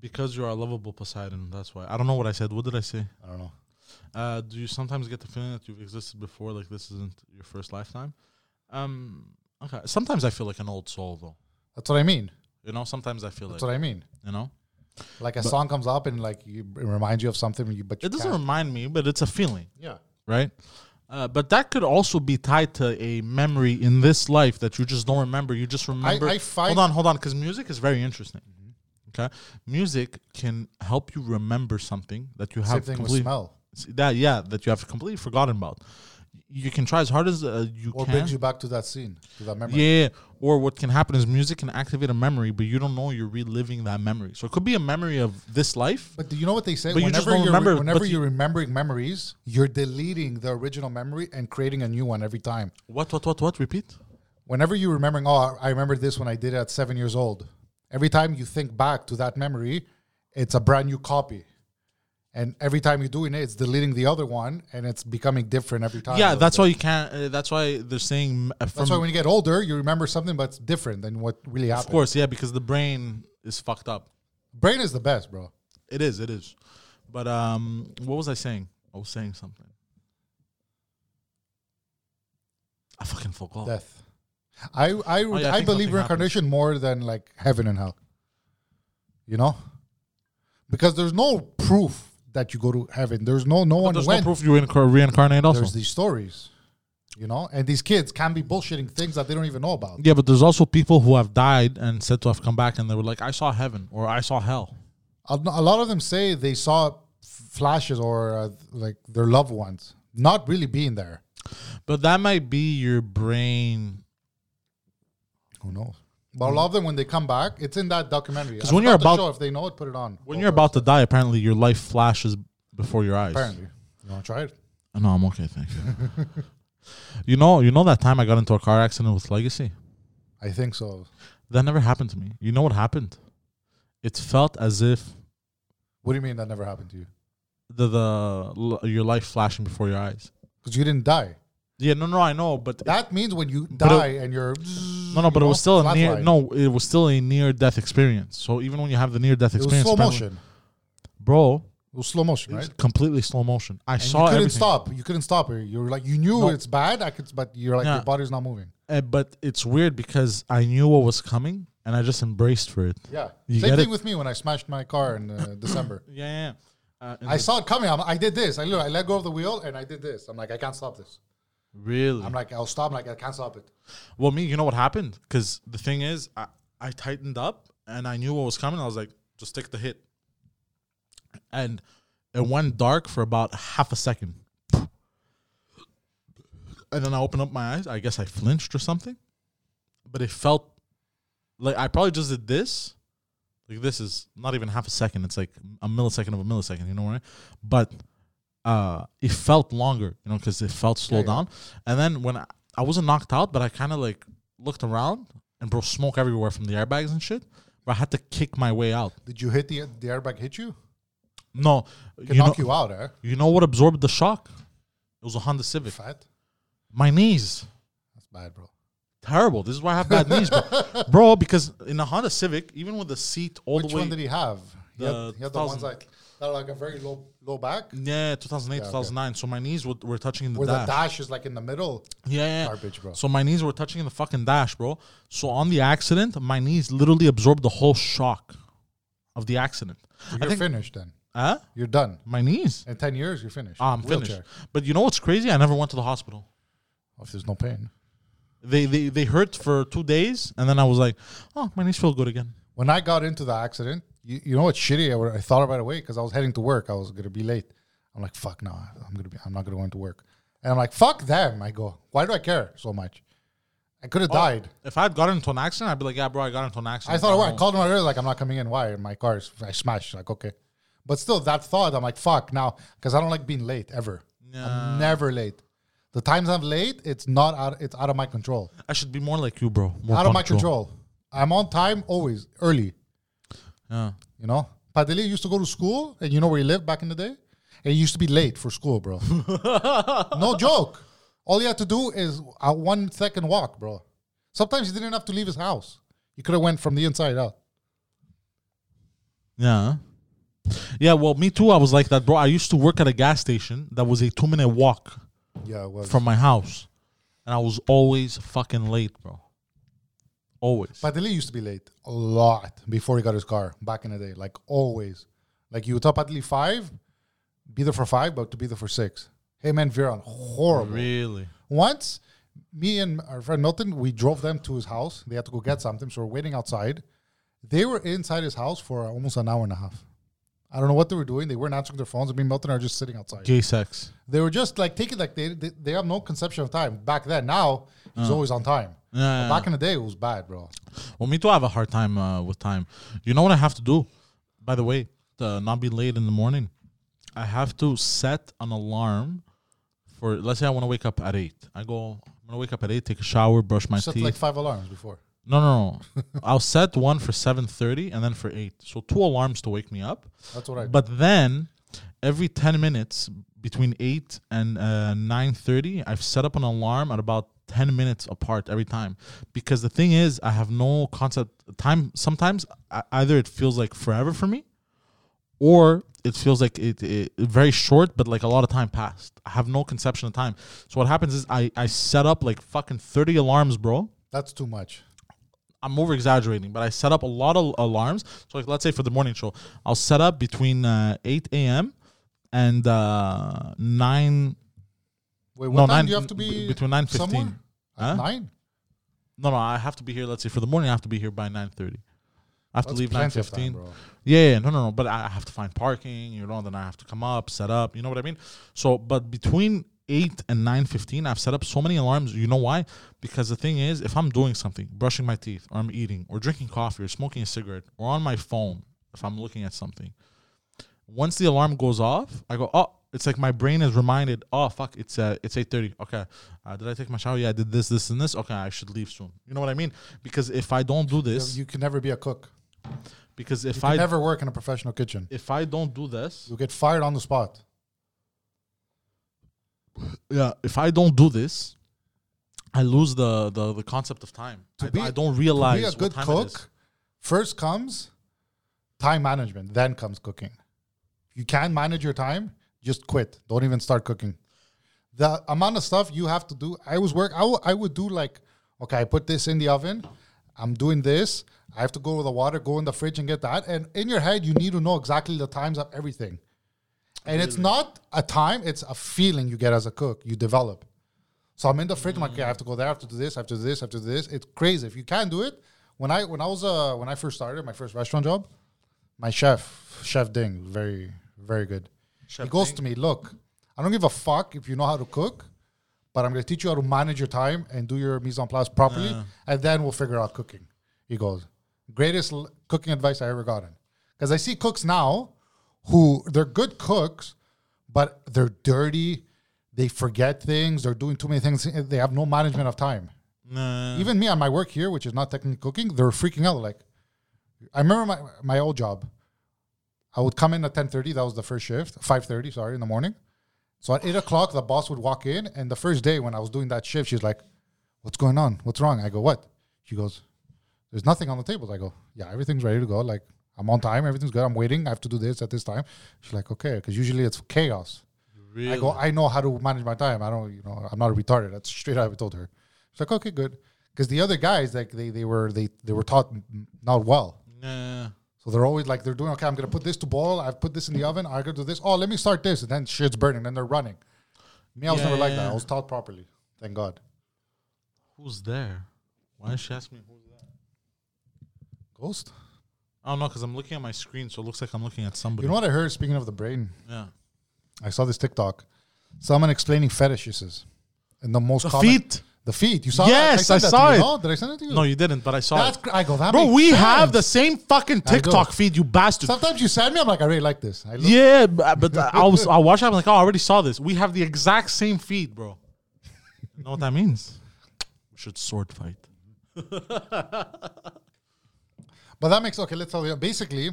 Speaker 1: because you are a lovable Poseidon. That's why. I don't know what I said. What did I say?
Speaker 2: I don't know.
Speaker 1: Uh, do you sometimes get the feeling that you've existed before, like this isn't your first lifetime? Um, okay. Sometimes I feel like an old soul, though.
Speaker 2: That's what I mean.
Speaker 1: You know, sometimes I feel
Speaker 2: That's
Speaker 1: like
Speaker 2: what I mean.
Speaker 1: you know.
Speaker 2: Like a song comes up and like you, it reminds you of something, you, but you
Speaker 1: It doesn't
Speaker 2: can't.
Speaker 1: remind me, but it's a feeling,
Speaker 2: yeah.
Speaker 1: right? Uh, but that could also be tied to a memory in this life that you just don't remember. You just remember.
Speaker 2: I find-
Speaker 1: hold
Speaker 2: Mm-hmm.
Speaker 1: on, hold on, because music is very interesting. Okay, music can help you remember something that you
Speaker 2: Same
Speaker 1: have
Speaker 2: thing with
Speaker 1: completely
Speaker 2: smell.
Speaker 1: that yeah that you have completely forgotten about. You can try as hard as uh, you
Speaker 2: What
Speaker 1: can.
Speaker 2: brings you back to that scene, to that memory?
Speaker 1: Yeah, or what can happen is music can activate a memory, but you don't know you're reliving that memory. So it could be a memory of this life.
Speaker 2: But do you know what they say?
Speaker 1: But you
Speaker 2: whenever
Speaker 1: just don't
Speaker 2: are
Speaker 1: remember,
Speaker 2: whenever
Speaker 1: but
Speaker 2: you're remembering memories, you're deleting the original memory and creating a new one every time.
Speaker 1: What what what what? Repeat.
Speaker 2: whenever you're remembering, oh, I remember this when I did it at seven years old. Every time you think back to that memory, it's a brand new copy. And every time you're doing it, it's deleting the other one and it's becoming different every time.
Speaker 1: Yeah, that's why you can't. Uh, that's why they're saying uh, from
Speaker 2: That's why when you get older, you remember something, but it's different than what really
Speaker 1: Of
Speaker 2: happened.
Speaker 1: course, yeah, because the brain is fucked up.
Speaker 2: Brain is the best, bro.
Speaker 1: It is, it is. But um, what was I saying? I was saying something. I fucking forgot.
Speaker 2: Death. I I,
Speaker 1: Oh,
Speaker 2: would
Speaker 1: yeah, I
Speaker 2: I
Speaker 1: think
Speaker 2: believe
Speaker 1: nothing
Speaker 2: reincarnation more than like heaven and hell. You know, because there's no proof that you go to heaven. There's no no one
Speaker 1: There's
Speaker 2: went.
Speaker 1: no proof you reincar- reincarnate also.
Speaker 2: there's these stories, you know, and these kids can be bullshitting things that they don't even know about.
Speaker 1: yeah, but there's also people who have died and said to have come back and they were like, I saw heaven or I saw hell.
Speaker 2: A, a lot of them say they saw f- flashes or uh, like their loved ones not really being there.
Speaker 1: But that might be your brain.
Speaker 2: Who knows? But a lot of them, when they come back, it's in that documentary.
Speaker 1: 'Cause
Speaker 2: I
Speaker 1: when you're
Speaker 2: forgot the
Speaker 1: about-
Speaker 2: show, if they know it, put it on.
Speaker 1: When you're about to die, apparently your life flashes before your eyes. Oh,
Speaker 2: apparently, you want to try it?
Speaker 1: No, I'm okay, thank you. [laughs] you know, you know that time I got into a car accident with Legacy?
Speaker 2: I think so.
Speaker 1: That never happened to me. You know what happened? It felt as if
Speaker 2: What do you mean that never happened to you?
Speaker 1: the the l- your life flashing before your eyes.
Speaker 2: Because you didn't die.
Speaker 1: Yeah, no, no, I know, but
Speaker 2: That means when you
Speaker 1: it-
Speaker 2: die and you're
Speaker 1: no, no, but it
Speaker 2: you
Speaker 1: was
Speaker 2: know,
Speaker 1: still a near.
Speaker 2: flatline.
Speaker 1: No, it was still a near death experience. So even when you have the near death
Speaker 2: It was
Speaker 1: experience,
Speaker 2: slow
Speaker 1: apparently-
Speaker 2: motion.
Speaker 1: bro,
Speaker 2: It was slow motion,
Speaker 1: it was
Speaker 2: right?
Speaker 1: completely slow motion. I
Speaker 2: And
Speaker 1: saw
Speaker 2: you couldn't
Speaker 1: everything,
Speaker 2: stop. You couldn't stop it. You were like, you knew
Speaker 1: No.
Speaker 2: it's bad. I could, but you're like,
Speaker 1: Yeah.
Speaker 2: your body's not moving.
Speaker 1: Uh, but it's weird because I knew what was coming and I just embraced for it.
Speaker 2: Yeah.
Speaker 1: You
Speaker 2: Same
Speaker 1: get
Speaker 2: thing
Speaker 1: it?
Speaker 2: with me when I smashed my car in
Speaker 1: [coughs]
Speaker 2: uh, December.
Speaker 1: Yeah, yeah. yeah. Uh, and
Speaker 2: I
Speaker 1: the-
Speaker 2: saw it coming. I'm, I did this. I look, I let go of the wheel and I did this. I'm like, I can't stop this.
Speaker 1: really.
Speaker 2: I'm like, I'll stop. I'm like, I can't stop it.
Speaker 1: Well, me, you know what happened? Because the thing is, I, I tightened up and I knew what was coming. I was like, just take the hit. And it went dark for about half a second. And then I opened up my eyes. I guess I flinched or something. But it felt like I probably just did this. Like this is not even half a second. It's like a millisecond of a millisecond, you know what I mean? But uh, it felt longer, you know, because it felt slow
Speaker 2: yeah.
Speaker 1: down. And then when I, I wasn't knocked out, but I kind of like looked around and bro, smoke everywhere from the airbags and shit. But I had to kick my way out.
Speaker 2: Did you hit the the airbag? Hit you?
Speaker 1: No,
Speaker 2: Can
Speaker 1: you know,
Speaker 2: knock you out, eh?
Speaker 1: you know what absorbed the shock? It was a Honda Civic.
Speaker 2: Fat.
Speaker 1: My knees.
Speaker 2: That's bad, bro.
Speaker 1: Terrible. This is why I have bad knees,
Speaker 2: [laughs]
Speaker 1: bro. bro, because in a Honda Civic, even with the seat all
Speaker 2: Which
Speaker 1: the way,
Speaker 2: one did he have? He
Speaker 1: The
Speaker 2: had, he had the
Speaker 1: 1000.
Speaker 2: ones like that are like a very low low back.
Speaker 1: Yeah, 2008, 2009. So my knees would, were touching in the
Speaker 2: Where
Speaker 1: dash.
Speaker 2: the dash is like in the middle.
Speaker 1: Yeah, yeah.
Speaker 2: Garbage, bro.
Speaker 1: So my knees were touching in the fucking dash, bro. So on the accident, my knees literally absorbed the whole shock of the accident.
Speaker 2: You're finished then.
Speaker 1: Huh?
Speaker 2: You're done.
Speaker 1: My knees.
Speaker 2: In ten years, you're finished.
Speaker 1: Ah, I'm
Speaker 2: Wheelchair.
Speaker 1: finished. But you know what's crazy? I never went to the hospital.
Speaker 2: If there's no pain.
Speaker 1: They they they hurt for two days, and then I was like, oh, my knees feel good again.
Speaker 2: When I got into the accident, you, you know what's shitty? I, would- I thought about it way because I was heading to work. I was gonna be late. I'm like, fuck no, I'm gonna be. I'm not gonna go into work. And I'm like, fuck them. I go, why do I care so much? I could have died.
Speaker 1: If I'd gotten into an accident, I'd be like, yeah, bro, I got into an
Speaker 2: I
Speaker 1: accident.
Speaker 2: thought, well, I
Speaker 1: don't-
Speaker 2: called him out earlier, like, I'm not coming in. Why? My car's, I smashed. Like, okay. But still, that thought, I'm like, fuck now, because I don't like being late ever. I'm never late. The times I'm late, it's not out, it's out of my control.
Speaker 1: I should be more like you, bro. More
Speaker 2: out of my
Speaker 1: punctual.
Speaker 2: control. I'm on time always, early,
Speaker 1: Yeah.
Speaker 2: you know? Padeli used to go to school, and you know where he lived back in the day? And he used to be late for school, [laughs] bro. no joke. All he had to do is a one second walk, bro. Sometimes he didn't have to leave his house. He could have went from the inside out.
Speaker 1: Yeah. Yeah, well, me too. I was like that, bro. I used to work at a gas station that was a two minute walk
Speaker 2: Yeah, it was.
Speaker 1: from my house, and I was always fucking late, bro. Always.
Speaker 2: Padilla used to be late a lot before he got his car back in the day, like always. Like you would tell Padilla five, be there for five, but to be there for six. Hey man, Viron, horrible.
Speaker 1: really?
Speaker 2: Once, me and our friend Milton, we drove them to his house. They had to go get something, so we're waiting outside. They were inside his house for almost an hour and a half. I don't know what they were doing. They weren't answering their phones. Me and Milton are just sitting outside.
Speaker 1: Gay sex.
Speaker 2: They were just like taking like they they, they have no conception of time back then. Now he's always on time.
Speaker 1: Uh. Yeah,
Speaker 2: Back in the day, it was bad, bro.
Speaker 1: Well, me too. I have a hard time uh, with time. You know what I have to do? By the way, to not be late in the morning, I have to set an alarm for. Let's say I want to wake up at eight. I go. I'm gonna wake up at eight, take a shower, brush my
Speaker 2: Set
Speaker 1: teeth.
Speaker 2: like five alarms before.
Speaker 1: no, no, no.
Speaker 2: [laughs]
Speaker 1: I'll set one for seven thirty and then for eight. So two alarms to wake me up.
Speaker 2: That's what I.
Speaker 1: But then every 10 minutes between 8 and uh, 9.30, I've set up an alarm at about 10 minutes apart every time. Because the thing is, I have no concept. Time, sometimes I, either it feels like forever for me or it feels like it, it very short, but like a lot of time passed. I have no conception of time. So what happens is I, I set up like fucking 30 alarms, bro.
Speaker 2: that's too much.
Speaker 1: I'm over exaggerating, but I set up a lot of alarms. So, like, let's say for the morning show, I'll set up between uh, 8 a.m. and uh, 9.
Speaker 2: Wait,
Speaker 1: No,
Speaker 2: what time
Speaker 1: nine-
Speaker 2: do you have to be
Speaker 1: b- between 9:15.
Speaker 2: somewhere? At
Speaker 1: Huh?
Speaker 2: Nine.
Speaker 1: No, no, I have to be here. Let's say for the morning, I have to be here by 9:30. I have
Speaker 2: That's
Speaker 1: to leave
Speaker 2: plenty of
Speaker 1: 9:15.
Speaker 2: time, bro.
Speaker 1: Yeah, yeah, no, no, no. But I I have to find parking, you know. Then I have to come up, set up. You know what I mean? So, but between eight and nine fifteen, I've set up so many alarms. You know why? Because the thing is, if I'm doing something, brushing my teeth, or I'm eating, or drinking coffee, or smoking a cigarette, or on my phone, if I'm looking at something, once the alarm goes off, I go, oh, it's like my brain is reminded, oh fuck, it's uh, it's eight thirty. Okay, uh, did I take my shower? Yeah, I did this, this, and this. Okay, I should leave soon. You know what I mean? Because if I don't do this,
Speaker 2: You can never be a cook.
Speaker 1: because
Speaker 2: You
Speaker 1: if
Speaker 2: can
Speaker 1: I
Speaker 2: never work in a professional kitchen.
Speaker 1: if I don't do this,
Speaker 2: You'll get fired on the spot.
Speaker 1: yeah, if I don't do this, I lose the the, the concept of time.
Speaker 2: To
Speaker 1: I,
Speaker 2: be-
Speaker 1: I don't
Speaker 2: To
Speaker 1: realize
Speaker 2: be a
Speaker 1: what
Speaker 2: good
Speaker 1: time it is.
Speaker 2: cook, first comes time management, then comes cooking. You can't manage your time, just quit. Don't even start cooking. The amount of stuff you have to do, I was work. I wou- I would do like, okay, I put this in the oven. I'm doing this. I have to go to the water, go in the fridge and get that. And in your head, you need to know exactly the times of everything. And it's not a time; it's a feeling you get as a cook. You develop. So I'm in the fridge. I'm like, okay, I have to go there. I have to do this. I have to do this. I have to do this. It's crazy. If you can't do it, when I when I was uh when I first started my first restaurant job, my chef Chef Ding, very very good.
Speaker 1: Chef
Speaker 2: he goes
Speaker 1: Ding?
Speaker 2: to me, look, I don't give a fuck if you know how to cook, but I'm gonna teach you how to manage your time and do your mise en place properly,
Speaker 1: Uh.
Speaker 2: and then we'll figure out cooking. He goes, greatest l- cooking advice I ever gotten. Because I see cooks now who they're good cooks, but they're dirty. They forget things. They're doing too many things. They have no management of time.
Speaker 1: Nah.
Speaker 2: Even me on my work here, which is not technically cooking, they're freaking out. Like, I remember my, my old job. I would come in at ten thirty. That was the first shift. Five thirty, sorry, in the morning. So at eight o'clock, the boss would walk in, and the first day when I was doing that shift, she's like, "What's going on? What's wrong?" I go, "What?" She goes, "There's nothing on the tables." I go, "Yeah, everything's ready to go. Like, I'm on time. Everything's good. I'm waiting. I have to do this at this time. She's like, okay, because usually it's chaos.
Speaker 1: Really?
Speaker 2: I go, I know how to manage my time. I don't, you know, I'm not a retarded. That's straight out. I told her. She's like, okay, good. Because the other guys, like they, they were they they were taught n- not well.
Speaker 1: nah.
Speaker 2: So they're always like they're doing okay. I'm gonna put this to boil. I've put this in the oven. I gotta do this. Oh, let me start this, and then shit's burning. Then they're running. Me, I was
Speaker 1: Yeah,
Speaker 2: never like that.
Speaker 1: yeah.
Speaker 2: I was taught properly. Thank God.
Speaker 1: Who's there? Why did she ask me who's there?
Speaker 2: Ghost.
Speaker 1: I don't know because I'm looking at my screen, so it looks like I'm looking at somebody.
Speaker 2: You know what I heard? Speaking of the brain,
Speaker 1: Yeah.
Speaker 2: I saw this TikTok. Someone explaining fetishes, and the most
Speaker 1: The
Speaker 2: common
Speaker 1: feet.
Speaker 2: The feet. You saw?
Speaker 1: Yes, I
Speaker 2: that
Speaker 1: saw
Speaker 2: to you,
Speaker 1: it.
Speaker 2: no? Did I send it to you?
Speaker 1: No, you didn't, but I saw
Speaker 2: That's
Speaker 1: it.
Speaker 2: cr- I go. That
Speaker 1: Bro,
Speaker 2: makes
Speaker 1: we have the
Speaker 2: sense."
Speaker 1: same fucking
Speaker 2: I know.
Speaker 1: TikTok feed, you bastard.
Speaker 2: Sometimes you send me. I'm like, I really like this. I look,
Speaker 1: Yeah, but but uh, I
Speaker 2: [laughs]
Speaker 1: was I watched. it, I'm like, oh, I already saw this. We have the exact same feed, bro. You know what that
Speaker 2: [laughs]
Speaker 1: means? We should sword fight.
Speaker 2: But that makes okay. Let's tell you. Basically,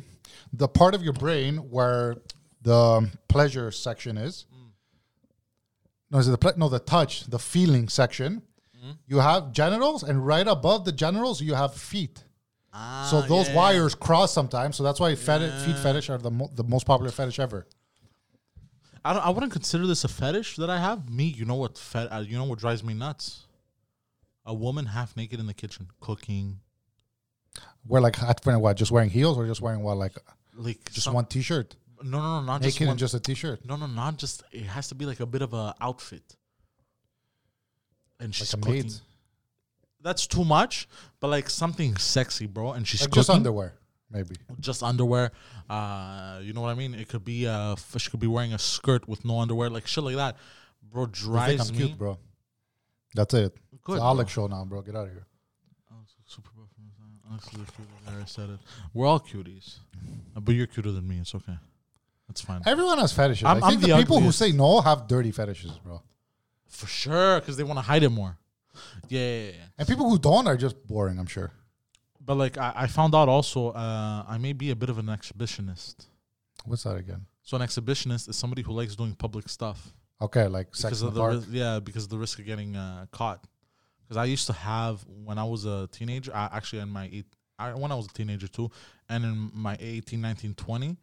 Speaker 2: the part of your brain where the pleasure section is. No, is it the ple- no the touch, the feeling section.
Speaker 1: Mm-hmm.
Speaker 2: You have genitals, and right above the genitals, you have feet.
Speaker 1: Ah,
Speaker 2: so those wires cross sometimes. So that's why feti- feet fetish are the mo- the most popular fetish ever.
Speaker 1: I don't. I wouldn't consider this a fetish that I have. Me, you know what? Fet- uh, you know what drives me nuts? A woman half naked in the kitchen cooking,
Speaker 2: Where like at when what? Just wearing heels or just wearing what? Like
Speaker 1: like
Speaker 2: just
Speaker 1: some-
Speaker 2: one t-shirt,
Speaker 1: No, no, no, not
Speaker 2: naked
Speaker 1: just one.
Speaker 2: and just a t-shirt.
Speaker 1: no, no, not just. It has to be like a bit of a outfit. And she's
Speaker 2: Like a
Speaker 1: cooking.
Speaker 2: maid,
Speaker 1: That's too much, but like something sexy, bro. And she's
Speaker 2: like
Speaker 1: cooking.
Speaker 2: just underwear, maybe.
Speaker 1: just underwear. Uh, you know what I mean? It could be uh, f- she could be wearing a skirt with no underwear, like shit like that. Bro,
Speaker 2: You think
Speaker 1: drives
Speaker 2: I'm
Speaker 1: me.
Speaker 2: cute, bro. That's it.
Speaker 1: Good,
Speaker 2: it's
Speaker 1: bro.
Speaker 2: Alex show now, bro. Get out of here.
Speaker 1: Super buff. Honestly, the cute I said it. We're all cuties,
Speaker 2: Mm-hmm.
Speaker 1: Uh, but you're cuter than me. It's okay. That's fine
Speaker 2: Everyone has fetishes. i
Speaker 1: I'm-
Speaker 2: think
Speaker 1: I'm
Speaker 2: the,
Speaker 1: the
Speaker 2: people who
Speaker 1: ugliest.
Speaker 2: say no have dirty fetishes, bro.
Speaker 1: for sure, because they want to hide it more. Yeah, yeah, yeah, yeah.
Speaker 2: And people who don't are just boring, I'm sure.
Speaker 1: but like I, I found out also, uh, I may be a bit of an exhibitionist.
Speaker 2: What's that again?
Speaker 1: So an exhibitionist is somebody who likes doing public stuff.
Speaker 2: Okay, like
Speaker 1: because
Speaker 2: sex in the
Speaker 1: of the
Speaker 2: park.
Speaker 1: ris- yeah because of the risk of getting uh, caught because i used to have when i was a teenager I, actually in my eight, I, when i was a teenager too and in my 18 19 20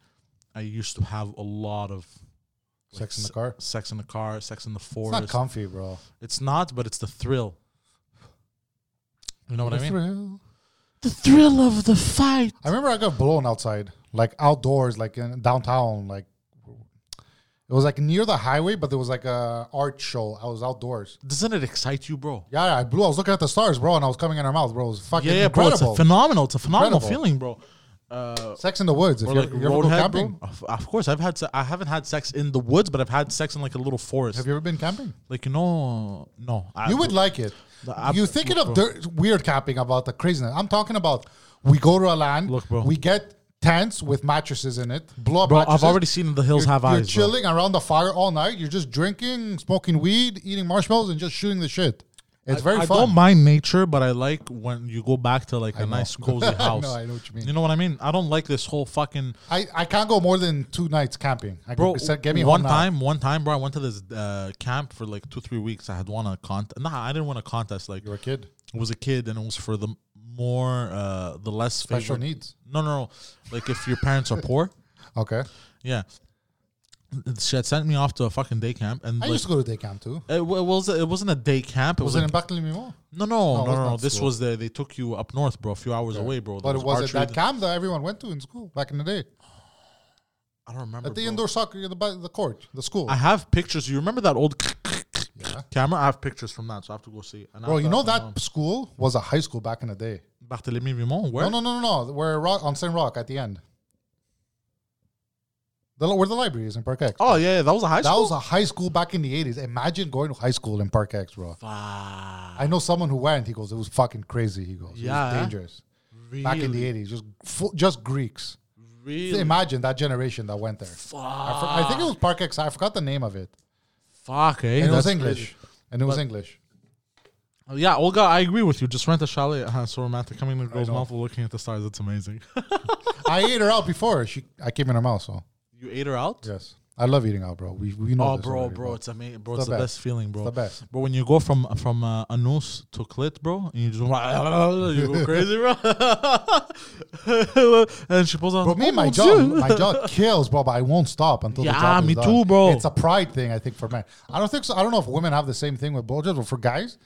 Speaker 1: i used to have a lot of like,
Speaker 2: sex in the
Speaker 1: se-
Speaker 2: car.
Speaker 1: sex in the car sex in the
Speaker 2: It's
Speaker 1: forest
Speaker 2: not comfy, bro.
Speaker 1: It's not, but it's the thrill you know what i mean
Speaker 2: Thrill.
Speaker 1: the thrill of the fight
Speaker 2: I remember I got blown outside, like outdoors, like in downtown, like it was like near the highway, but there was like a art show. I was outdoors.
Speaker 1: doesn't it excite you bro
Speaker 2: Yeah, I blew. I was looking at the stars, bro, and I was coming in her mouth, bro. It was fucking
Speaker 1: yeah, yeah bro
Speaker 2: incredible.
Speaker 1: it's a phenomenal it's a phenomenal
Speaker 2: Incredible.
Speaker 1: feeling bro uh,
Speaker 2: sex in the woods. If
Speaker 1: Or
Speaker 2: you're,
Speaker 1: like
Speaker 2: you ever go
Speaker 1: roadhead,
Speaker 2: camping,
Speaker 1: bro. Of, of course, I've had se- I haven't had sex in the woods, but I've had sex in like a little forest.
Speaker 2: have you ever been camping?
Speaker 1: like you know, no. I,
Speaker 2: You would like it.
Speaker 1: The ab-
Speaker 2: You're thinking
Speaker 1: look,
Speaker 2: of
Speaker 1: bro.
Speaker 2: dirt, weird camping about the craziness. I'm talking about we go to a land,
Speaker 1: Look, bro.
Speaker 2: we get tents with mattresses in it, blow up
Speaker 1: bro.
Speaker 2: mattresses.
Speaker 1: I've already seen the hills
Speaker 2: you're,
Speaker 1: have
Speaker 2: you're
Speaker 1: eyes. bro.
Speaker 2: chilling around the fire all night. You're just drinking, smoking weed, eating marshmallows, and just shooting the shit. It's very
Speaker 1: I
Speaker 2: fun.
Speaker 1: don't mind nature, but I like when you go back to like a
Speaker 2: know.
Speaker 1: nice cozy house.
Speaker 2: [laughs] I know what you mean.
Speaker 1: You know what I mean? I don't like this whole fucking
Speaker 2: I, I can't go more than two nights camping. I
Speaker 1: bro.
Speaker 2: can set- get me
Speaker 1: one
Speaker 2: home now.
Speaker 1: time, one time, bro. I went to this uh, camp for like two, three weeks. I had won a contest. Nah, I didn't win a contest. Like
Speaker 2: You're a kid.
Speaker 1: I was a kid, and it was for the more, uh, the less
Speaker 2: Special
Speaker 1: favored-
Speaker 2: needs.
Speaker 1: No, no, no. Like if your parents are
Speaker 2: [laughs]
Speaker 1: poor.
Speaker 2: Okay.
Speaker 1: Yeah. She had sent me off to a fucking day camp, and
Speaker 2: I
Speaker 1: like,
Speaker 2: used to go to day camp too.
Speaker 1: it, wa- it was it wasn't a day camp. It was,
Speaker 2: Was it in
Speaker 1: like-
Speaker 2: Buckley Mimo?
Speaker 1: no, no, no,
Speaker 2: it
Speaker 1: no,
Speaker 2: was
Speaker 1: no.
Speaker 2: not
Speaker 1: This
Speaker 2: school.
Speaker 1: was the they took you up north, bro, a few hours away, bro. There
Speaker 2: But it was it
Speaker 1: archery.
Speaker 2: that camp that everyone went to in school back in the day.
Speaker 1: I don't remember.
Speaker 2: At the
Speaker 1: bro.
Speaker 2: indoor soccer, the ba- the court, the school.
Speaker 1: I have pictures. You remember that old camera? I have pictures from that, um, so I have to go see. And I
Speaker 2: Bro,
Speaker 1: have
Speaker 2: you
Speaker 1: to
Speaker 2: know
Speaker 1: ask my
Speaker 2: that
Speaker 1: mom.
Speaker 2: school was a high school back in the day.
Speaker 1: Barthélemy Vimon? Where?
Speaker 2: No, no, no, no, no. Where rock, on Saint Rock at the end. The, li- where the library is in Park X.
Speaker 1: Oh yeah, yeah, that was a high
Speaker 2: that
Speaker 1: school.
Speaker 2: was a high school back in the eighties. Imagine going to high school in Park X, bro.
Speaker 1: Fuck.
Speaker 2: I know someone who went. He goes, it was fucking crazy. He goes, it
Speaker 1: Yeah.
Speaker 2: was dangerous back in the eighties. Just full, just Greeks.
Speaker 1: really. Ah.
Speaker 2: Imagine that generation that went there.
Speaker 1: Fuck.
Speaker 2: I, for, I think it was Park X. I forgot the name of it.
Speaker 1: Fuck. Eh?
Speaker 2: And it was
Speaker 1: That's
Speaker 2: English.
Speaker 1: crazy.
Speaker 2: And it was
Speaker 1: But-
Speaker 2: English.
Speaker 1: Yeah, Olga, I agree with you. Just rent a chalet. [laughs] Uh, so romantic. Coming in the girl's
Speaker 2: know.
Speaker 1: mouth, while looking at the stars. That's amazing. [laughs]
Speaker 2: I ate her out before. She, I came in her mouth. So
Speaker 1: you ate her out.
Speaker 2: yes, I love eating out, bro. We, we know.
Speaker 1: oh,
Speaker 2: this
Speaker 1: bro,
Speaker 2: already,
Speaker 1: bro, it's amazing, bro.
Speaker 2: It's
Speaker 1: It's,
Speaker 2: the
Speaker 1: the,
Speaker 2: best.
Speaker 1: best feeling, bro.
Speaker 2: It's the best.
Speaker 1: But when you go from from uh, anus to clit, bro, and you just [laughs] you
Speaker 2: [laughs]
Speaker 1: go crazy, bro. [laughs] and she pulls out.
Speaker 2: Bro, me,
Speaker 1: "Oh,
Speaker 2: my
Speaker 1: [laughs] mon
Speaker 2: jaw,
Speaker 1: Dieu."
Speaker 2: my jaw kills, bro. But I won't stop until the
Speaker 1: Yeah,
Speaker 2: job is
Speaker 1: me
Speaker 2: done.
Speaker 1: too, bro.
Speaker 2: It's a pride thing, I think, for men. I don't think so. I don't know if women have the same thing with blowjobs, but for guys,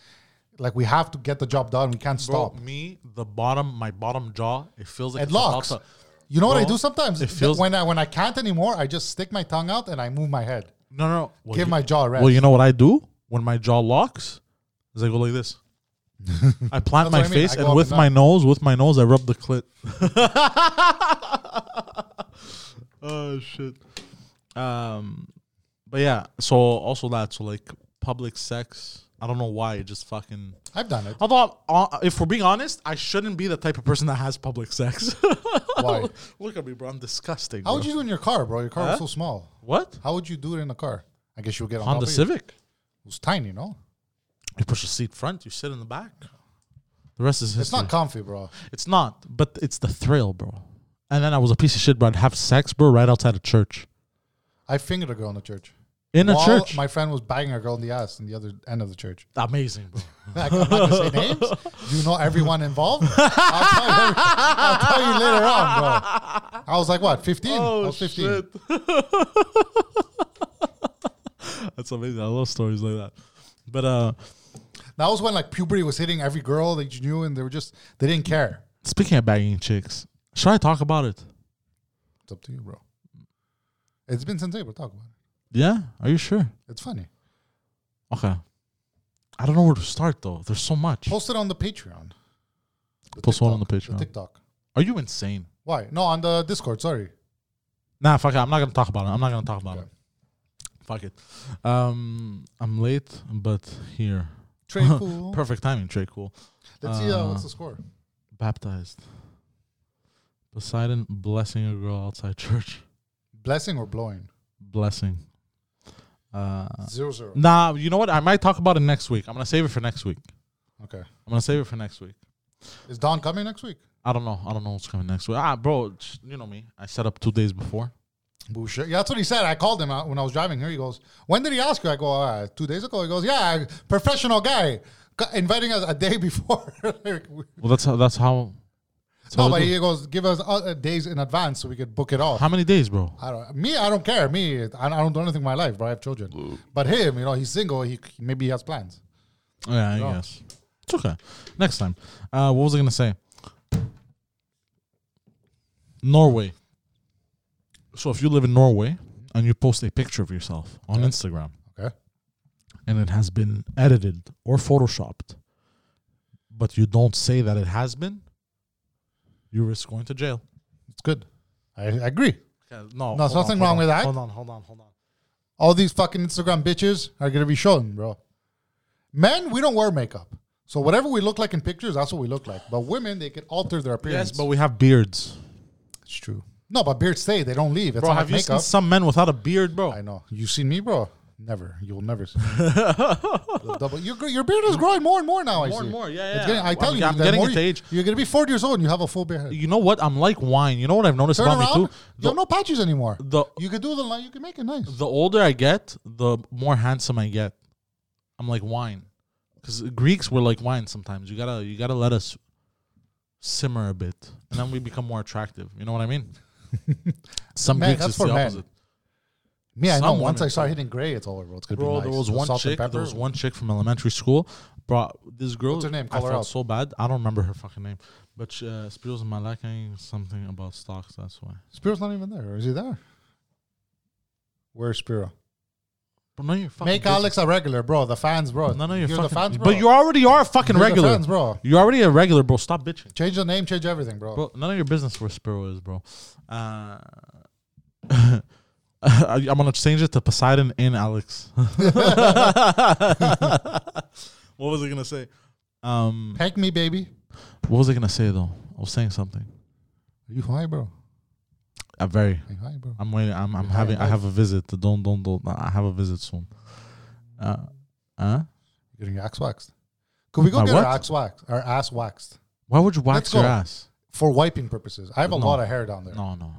Speaker 2: like we have to get the job done. We can't
Speaker 1: Bro,
Speaker 2: stop.
Speaker 1: me, the bottom, my bottom jaw, it feels like
Speaker 2: It
Speaker 1: it's about
Speaker 2: locks.
Speaker 1: to-
Speaker 2: You know what I
Speaker 1: Bro,
Speaker 2: do sometimes?
Speaker 1: it feels-
Speaker 2: when I when I can't anymore, I just stick my tongue out and I move my head.
Speaker 1: No, no, no. Well,
Speaker 2: Give
Speaker 1: you-
Speaker 2: my jaw a rest.
Speaker 1: Well, you know what I do when my jaw locks? Is I go like
Speaker 2: [laughs]
Speaker 1: this. I plant
Speaker 2: That's
Speaker 1: my
Speaker 2: what I mean.
Speaker 1: face
Speaker 2: I go
Speaker 1: and
Speaker 2: up
Speaker 1: with
Speaker 2: and
Speaker 1: my nose, with my nose, I rub the
Speaker 2: [laughs]
Speaker 1: clit. oh shit. Um, but yeah. So also that. So like public sex. I don't know why it just fucking.
Speaker 2: I've done
Speaker 1: [laughs]
Speaker 2: it.
Speaker 1: Although, uh, if we're being honest, I shouldn't be the type of person that has public sex. [laughs]
Speaker 2: Why?
Speaker 1: Look at me, bro. I'm disgusting.
Speaker 2: How would
Speaker 1: bro.
Speaker 2: you do in your car, bro? Your car was so small.
Speaker 1: what?
Speaker 2: How would you do it in the car? I guess you would get on
Speaker 1: Honda
Speaker 2: top of it.
Speaker 1: Civic.
Speaker 2: It was tiny, no?
Speaker 1: You push the seat front, you sit in the back. The rest is history.
Speaker 2: It's not comfy, bro.
Speaker 1: It's not, but it's the thrill, bro. And then I was a piece of shit, bro. I'd have sex, bro, right outside a church.
Speaker 2: I fingered a girl in the church.
Speaker 1: In a
Speaker 2: While
Speaker 1: church.
Speaker 2: My friend was banging a girl in the ass in the other end of the church. [laughs]
Speaker 1: Amazing, bro.
Speaker 2: Like, I'm not gonna say names. You know everyone involved. I'll tell you, I'll tell you later on, bro. I was like, what, 15?
Speaker 1: Oh,
Speaker 2: I was 15.
Speaker 1: [laughs] That's amazing. I love stories like that. But uh
Speaker 2: That was when like puberty was hitting every girl that you knew, and they were just they didn't care.
Speaker 1: speaking of bagging chicks, should I talk about it?
Speaker 2: It's up to you, bro. It's been since April. Talk about it.
Speaker 1: Yeah? Are you sure?
Speaker 2: It's funny.
Speaker 1: Okay. I don't know where to start though. There's so much.
Speaker 2: Post it on the Patreon. The
Speaker 1: Post one on
Speaker 2: TikTok,
Speaker 1: the Patreon.
Speaker 2: TikTok.
Speaker 1: Are you insane?
Speaker 2: Why? No, on the Discord. Sorry.
Speaker 1: Nah, fuck it. I'm not gonna talk about it. I'm not gonna talk about
Speaker 2: Okay.
Speaker 1: it. Fuck it. Um, I'm late, but here.
Speaker 2: Trey cool.
Speaker 1: Perfect timing, Trey. Cool.
Speaker 2: Let's see uh,
Speaker 1: Uh,
Speaker 2: what's the score.
Speaker 1: Baptized. Poseidon blessing a girl outside church.
Speaker 2: Blessing or blowing?
Speaker 1: Blessing. Uh,
Speaker 2: Zero zero.
Speaker 1: nah, you know what? I might talk about it next week. I'm gonna save it for next week.
Speaker 2: Okay.
Speaker 1: I'm gonna save it for next week.
Speaker 2: Is Don coming next week?
Speaker 1: I don't know. I don't know what's coming next week. Ah, bro, sh- you know me. I set up two days before.
Speaker 2: Bullshit. Yeah, that's what he said. I called him out when I was driving here. He goes, "When did he ask you?" I go, uh, two days ago." He goes, "Yeah, professional guy, c- inviting us a day [laughs] before." Like, we-
Speaker 1: Well, that's how. That's how. that's how
Speaker 2: no,
Speaker 1: I
Speaker 2: but
Speaker 1: do.
Speaker 2: he goes, "Give us uh, uh, days in advance so we could book it off."
Speaker 1: how many days, bro?
Speaker 2: I don't. Me, I don't care. Me, I, I don't do anything in my life, bro. I have children. But him, you know, he's single. He maybe he has plans.
Speaker 1: Yeah, I
Speaker 2: No.
Speaker 1: guess. It's okay. Next time. Uh, what was I going to say? Norway. So if you live in Norway and you post a picture of yourself on Instagram
Speaker 2: Okay.
Speaker 1: and it has been edited or photoshopped, but you don't say that it has been, you risk going to jail.
Speaker 2: It's good. I, I agree.
Speaker 1: no,
Speaker 2: there's nothing wrong with that.
Speaker 1: Hold on, hold on, hold on.
Speaker 2: All these fucking Instagram bitches are gonna be shown, bro. Men, we don't wear makeup. So whatever we look like in pictures, that's what we look like. But women, they can alter their appearance.
Speaker 1: Yes, but we have beards.
Speaker 2: It's true. No, but beards stay. They don't leave. It's
Speaker 1: Bro,
Speaker 2: not
Speaker 1: have
Speaker 2: like
Speaker 1: you seen
Speaker 2: makeup.
Speaker 1: some men without a beard, bro?
Speaker 2: I know. You seen me, bro? Never. You'll
Speaker 1: [laughs]
Speaker 2: never see. me. The double. Your, gr- your beard is growing more and more now. I see.
Speaker 1: More and more, yeah,
Speaker 2: It's
Speaker 1: yeah.
Speaker 2: getting, I
Speaker 1: I'm-
Speaker 2: tell you,
Speaker 1: I'm
Speaker 2: the
Speaker 1: getting
Speaker 2: more
Speaker 1: it to
Speaker 2: you-
Speaker 1: age.
Speaker 2: You're gonna be 40 years old and you have a full beard.
Speaker 1: You know what? I'm like wine. You know what I've noticed
Speaker 2: Turn
Speaker 1: about me
Speaker 2: around.
Speaker 1: too?
Speaker 2: You have no patches anymore.
Speaker 1: The
Speaker 2: You could do the line. You can make it nice.
Speaker 1: the older I get, the more handsome I get. I'm like wine, because Greeks were like wine. Sometimes you gotta you gotta let us simmer a bit, and then we become more attractive. You know what I
Speaker 2: [laughs]
Speaker 1: mean? Some
Speaker 2: Man,
Speaker 1: Greeks
Speaker 2: that's
Speaker 1: it's the
Speaker 2: for men.
Speaker 1: opposite.
Speaker 2: Me, I know.
Speaker 1: Some
Speaker 2: Once
Speaker 1: women-
Speaker 2: I start hitting gray, it's over, bro. It's gonna be
Speaker 1: Bro,
Speaker 2: nice.
Speaker 1: there was
Speaker 2: The
Speaker 1: one
Speaker 2: salt and
Speaker 1: chick. There was
Speaker 2: pepper.
Speaker 1: one chick from elementary school. Bro, this girl.
Speaker 2: What's her name?
Speaker 1: I
Speaker 2: Call her
Speaker 1: felt
Speaker 2: out.
Speaker 1: so bad. I don't remember her fucking name, but she, uh, Spiros Malakai something about stocks. That's why.
Speaker 2: Spiro's not even there. Or is he there? Where's Spiro?
Speaker 1: But no, you're fucking.
Speaker 2: Make
Speaker 1: busy.
Speaker 2: Alex a regular, bro. The fans, bro.
Speaker 1: No, no, you're, fucking.
Speaker 2: the fans, bro.
Speaker 1: But you already are fucking
Speaker 2: You're the
Speaker 1: regular.
Speaker 2: fans, bro.
Speaker 1: You're already a regular, bro. Stop bitching.
Speaker 2: Change the name, change everything, bro.
Speaker 1: Bro, none of your business where Spiro is, bro. Uh, I- [laughs] I'm gonna change it to Poseidon and Alex. [laughs] what was I gonna say? Um,
Speaker 2: Peck me, baby.
Speaker 1: what was I gonna say though? I was saying something.
Speaker 2: Are you high, bro?
Speaker 1: I'm very.
Speaker 2: Are you high, bro?
Speaker 1: I'm waiting. I'm. I'm
Speaker 2: Hi,
Speaker 1: having. I
Speaker 2: guys.
Speaker 1: have a visit. Don't. Don't. Don't. I have a visit soon. Uh, huh?
Speaker 2: Getting your axe waxed. Could we go
Speaker 1: My
Speaker 2: get
Speaker 1: what?
Speaker 2: our axe waxed? Our ass waxed
Speaker 1: Why would you wax
Speaker 2: Let's go.
Speaker 1: your ass?
Speaker 2: for wiping purposes. I have a
Speaker 1: No.
Speaker 2: lot of hair down there.
Speaker 1: No. No.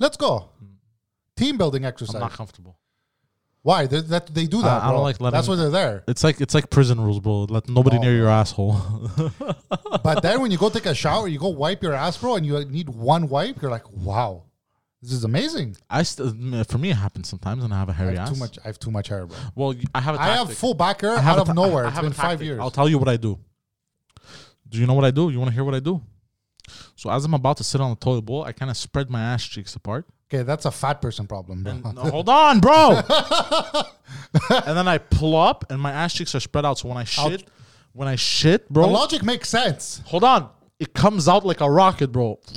Speaker 2: Let's go. team building
Speaker 1: I'm
Speaker 2: exercise.
Speaker 1: not comfortable.
Speaker 2: Why? They're, that they do that.
Speaker 1: I don't
Speaker 2: bro.
Speaker 1: like letting-
Speaker 2: That's why they're there.
Speaker 1: It's like it's like prison rules, bro. Let nobody
Speaker 2: Oh,
Speaker 1: near your asshole. [laughs]
Speaker 2: but then when you go take a shower, you go wipe your ass, bro, and you like, need one wipe. You're like, wow, this is amazing.
Speaker 1: I st- uh, for me it happens sometimes, and I have a hairy
Speaker 2: I have
Speaker 1: ass.
Speaker 2: too much. I have too much hair, bro.
Speaker 1: Well, y- I have a
Speaker 2: I
Speaker 1: tactic.
Speaker 2: have full back hair
Speaker 1: I have
Speaker 2: out
Speaker 1: a
Speaker 2: of
Speaker 1: ta-
Speaker 2: nowhere.
Speaker 1: I
Speaker 2: It's
Speaker 1: have a
Speaker 2: been five
Speaker 1: tactic.
Speaker 2: years.
Speaker 1: I'll tell you what I do. Do you know what I do? You want to hear what I do? So as I'm about to sit on the toilet bowl, I kind of spread my ass cheeks apart.
Speaker 2: okay, that's a fat person problem, bro.
Speaker 1: And no, hold on,
Speaker 2: [laughs]
Speaker 1: bro. and then I plop, and my ass cheeks are spread out. So when I shit, when I shit, [laughs]
Speaker 2: the
Speaker 1: bro,
Speaker 2: logic makes sense.
Speaker 1: hold on, it comes out like a rocket, bro. [laughs]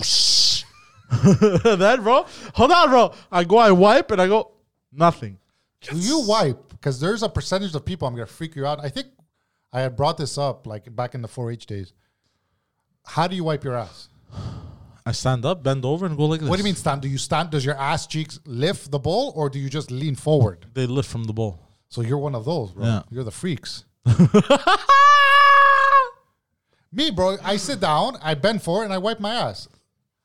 Speaker 1: that bro, hold on, bro. I go, I wipe, and I go, nothing.
Speaker 2: Do you wipe? Because there's a percentage of people I'm gonna freak you out. I think I had brought this up like back in the 4-H days. How do you wipe your ass?
Speaker 1: I stand up, bend over, and go like this.
Speaker 2: What do you mean stand? Do you stand? Does your ass cheeks lift the bowl, or do you just lean forward?
Speaker 1: They lift from the bowl.
Speaker 2: So you're one of those, bro.
Speaker 1: Yeah.
Speaker 2: You're
Speaker 1: [laughs]
Speaker 2: the freaks. Me, bro, I sit down, I bend forward, and I wipe my ass.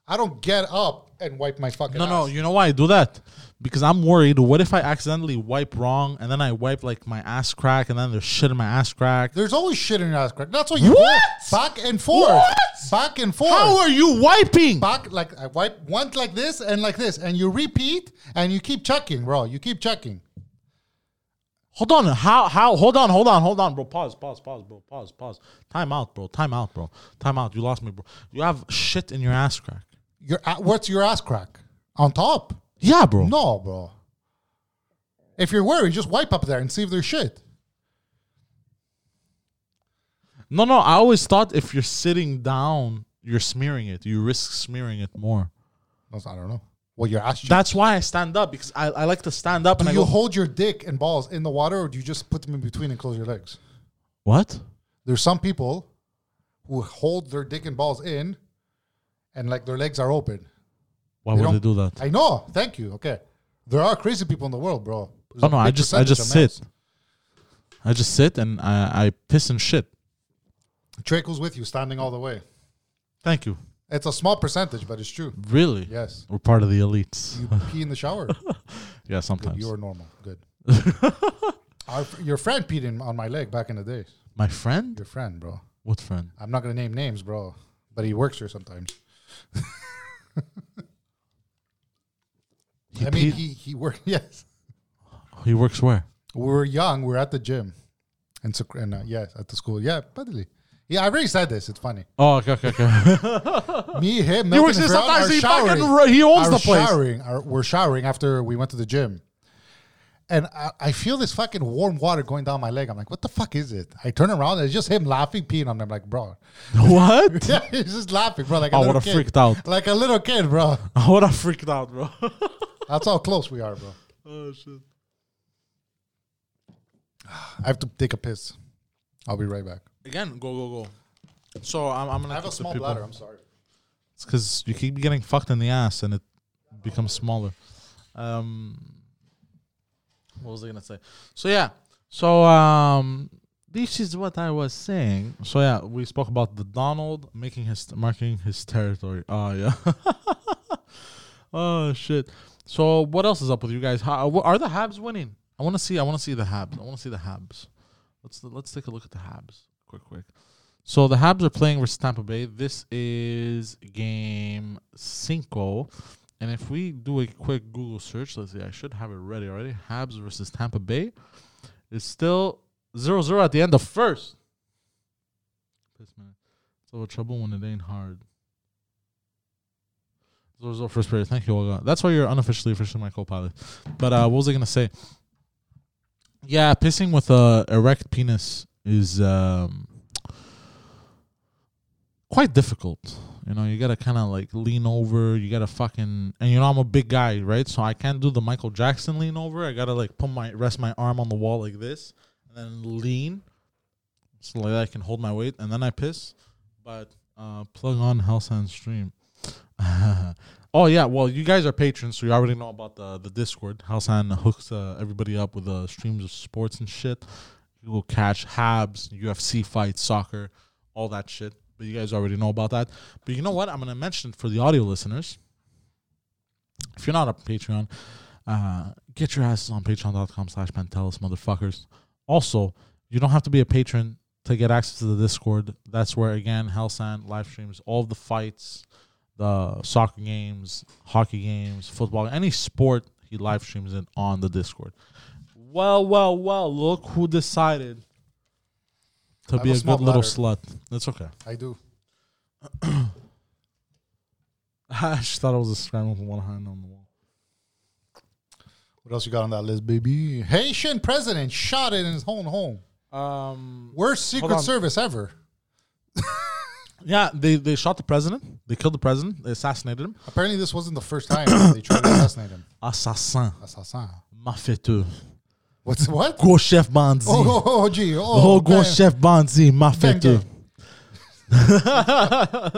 Speaker 2: I don't get up and wipe my fucking
Speaker 1: No,
Speaker 2: ass.
Speaker 1: no. You know why I do that? Because I'm worried. What if I accidentally wipe wrong and then I wipe like my ass crack and then there's shit in my ass crack?
Speaker 2: There's always shit in your ass crack. That's why you
Speaker 1: What?
Speaker 2: go back and forth.
Speaker 1: What?
Speaker 2: Back and forth.
Speaker 1: How are you wiping?
Speaker 2: back like I wipe once like this and like this, and you repeat and you keep checking, bro. You keep checking.
Speaker 1: Hold on. How? How? Hold on. Hold on. Hold on, bro. Pause. Pause. Pause, bro. Pause. Pause. Time out, bro. Time out, bro. Time out. You lost me, bro. You have shit in your ass crack.
Speaker 2: Your a- what's your ass crack on top?
Speaker 1: Yeah, bro.
Speaker 2: No, bro. If you're worried, just wipe up there and see if there's shit.
Speaker 1: No, no. I always thought if you're sitting down, you're smearing it. You risk smearing it more.
Speaker 2: That's- I don't know. Well, your ass. cheek.
Speaker 1: That's why I stand up because I, I like to stand up and
Speaker 2: Do
Speaker 1: I
Speaker 2: you
Speaker 1: go.
Speaker 2: hold your dick and balls in the water, or do you just put them in between and close your legs?
Speaker 1: what?
Speaker 2: There's some people who hold their dick and balls in, and like their legs are open.
Speaker 1: Why
Speaker 2: They
Speaker 1: would they
Speaker 2: don't-
Speaker 1: do that?
Speaker 2: I know. Thank you. Okay. There are crazy people in the world, bro. There's
Speaker 1: Oh
Speaker 2: a
Speaker 1: no, I
Speaker 2: big
Speaker 1: just I
Speaker 2: percentage
Speaker 1: just
Speaker 2: of men.
Speaker 1: sit. I just sit and I, I piss and shit.
Speaker 2: Draco's with you, standing all the way.
Speaker 1: Thank you.
Speaker 2: It's a small percentage, but it's true.
Speaker 1: Really?
Speaker 2: Yes.
Speaker 1: We're part of the elites. [laughs]
Speaker 2: You pee in the shower.
Speaker 1: Yeah, sometimes.
Speaker 2: you are normal.
Speaker 1: [laughs]
Speaker 2: Good. Our, your friend peed in, on my leg back in the day.
Speaker 1: My friend?
Speaker 2: Your friend, bro.
Speaker 1: What friend?
Speaker 2: I'm not gonna name names, bro. But he works here sometimes.
Speaker 1: He,
Speaker 2: I mean,
Speaker 1: peed-
Speaker 2: he he worked. [laughs] Yes.
Speaker 1: he works where?
Speaker 2: We were young. We were at the gym, and so and uh, yes, at the school. Yeah, Padley. Yeah, I already said this. It's funny.
Speaker 1: Oh, okay, okay,
Speaker 2: [laughs]
Speaker 1: okay.
Speaker 2: Me, him,
Speaker 1: he
Speaker 2: Milton,
Speaker 1: works
Speaker 2: and
Speaker 1: here sometimes.
Speaker 2: Ferran are
Speaker 1: He fucking
Speaker 2: showering.
Speaker 1: ru- he owns
Speaker 2: are
Speaker 1: the place. [laughs]
Speaker 2: Showering, are, we're showering after we went to the gym. And I, I feel this fucking warm water going down my leg. I'm like, what the fuck is it? I turn around and it's just him laughing, peeing on me. I'm like, bro. [laughs]
Speaker 1: what?
Speaker 2: Yeah, he's just laughing, bro. Like a
Speaker 1: I
Speaker 2: little
Speaker 1: would have
Speaker 2: kid.
Speaker 1: freaked out.
Speaker 2: Like a little kid, bro.
Speaker 1: I would have freaked out, bro. [laughs]
Speaker 2: That's how close we are, bro.
Speaker 1: oh shit.
Speaker 2: I have to take a piss. I'll be right back.
Speaker 1: Again, go go go. So I'm, I'm gonna.
Speaker 2: I have a
Speaker 1: keep the
Speaker 2: small
Speaker 1: people-
Speaker 2: bladder. I'm sorry.
Speaker 1: It's because you keep getting fucked in the ass and it becomes smaller. Um, what was I gonna say? So yeah, so um, this is what I was saying. So yeah, we spoke about the Donald making his marking his territory. Oh yeah. [laughs] oh shit. So what else is up with you guys? How, wh- are the Habs winning? I want to see. I want to see the Habs. I want to see the Habs. Let's let's take a look at the Habs quick, quick. So the Habs are playing versus Tampa Bay. This is game cinco. And if we do a quick Google search, let's see, I should have it ready already. Habs versus Tampa Bay. It's still 0 0 at the end of first. Piss man. It's a little trouble when it ain't hard. 0 0 first period. Thank you, Olga. That's why you're unofficially officially my co pilot. But uh, what was I going to say? Yeah, pissing with a erect penis is. Um, quite difficult. You know, you gotta kind of like lean over. You gotta fucking and you know I'm a big guy, right? So I can't do the Michael Jackson lean over. I gotta like put my rest my arm on the wall like this and then lean so like I can hold my weight and then I piss. But uh, plug on House and Stream. [laughs] oh yeah, well you guys are patrons, so you already know about the the Discord. House and hooks uh, everybody up with uh, streams of sports and shit. You will catch Habs, UFC fights, soccer, all that shit. But you guys already know about that. But you know what? I'm gonna mention it for the audio listeners. If you're not a Patreon, Uh, get your asses on patreon.com slash Pantelis, motherfuckers. Also, you don't have to be a patron to get access to the Discord. That's where, again, Hellsand live streams all of the fights, the soccer games, hockey games, football, any sport he live streams it on the Discord. Well, well, well, look who decided to
Speaker 2: I have
Speaker 1: be
Speaker 2: a
Speaker 1: a
Speaker 2: small
Speaker 1: good little
Speaker 2: bladder.
Speaker 1: slut. That's okay.
Speaker 2: I do.
Speaker 1: [laughs] I just thought it was a scramble with one hand on the wall.
Speaker 2: What else you got on that list, baby? Haitian president shot it in his own home.
Speaker 1: Um,
Speaker 2: Worst Secret
Speaker 1: on.
Speaker 2: Service ever.
Speaker 1: yeah, they, they shot the president. They killed the president. They assassinated him.
Speaker 2: Apparently, this wasn't the first time they tried to assassinate him.
Speaker 1: Assassin,
Speaker 2: Assassin.
Speaker 1: mafetu,
Speaker 2: What's [laughs] what? Oh,
Speaker 1: gros chef bandit.
Speaker 2: oh, oh, gee. Oh,
Speaker 1: oh, gros
Speaker 2: damn.
Speaker 1: chef bandit, mafetu.
Speaker 2: Bang,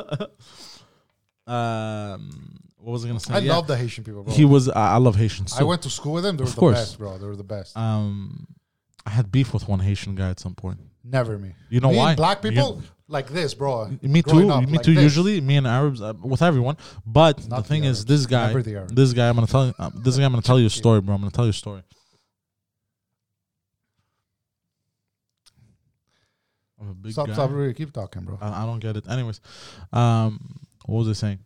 Speaker 1: [laughs] um, what was I gonna say?
Speaker 2: I
Speaker 1: Yeah.
Speaker 2: love the Haitian people, bro.
Speaker 1: He was. I I love Haitians.
Speaker 2: I
Speaker 1: too.
Speaker 2: went to school with them. They were
Speaker 1: Of
Speaker 2: the
Speaker 1: course.
Speaker 2: best, bro. They were the best.
Speaker 1: Um, I had beef with one Haitian guy at some point.
Speaker 2: Never me.
Speaker 1: You know
Speaker 2: me
Speaker 1: why?
Speaker 2: And black
Speaker 1: You-
Speaker 2: people like this, bro.
Speaker 1: Me
Speaker 2: Growing
Speaker 1: too.
Speaker 2: up,
Speaker 1: me
Speaker 2: like
Speaker 1: too.
Speaker 2: this.
Speaker 1: Usually, me and Arabs uh, with everyone. But the
Speaker 2: Not
Speaker 1: thing
Speaker 2: the
Speaker 1: is,
Speaker 2: Arabs.
Speaker 1: this guy,
Speaker 2: Never the Arabs.
Speaker 1: this guy, I'm gonna tell you. Uh, this guy, I'm gonna tell you a story, bro. I'm gonna tell you a story. I'm a big
Speaker 2: Stop,
Speaker 1: guy.
Speaker 2: stop, really. Keep talking, bro.
Speaker 1: I, I don't get it. Anyways, um, what was I saying?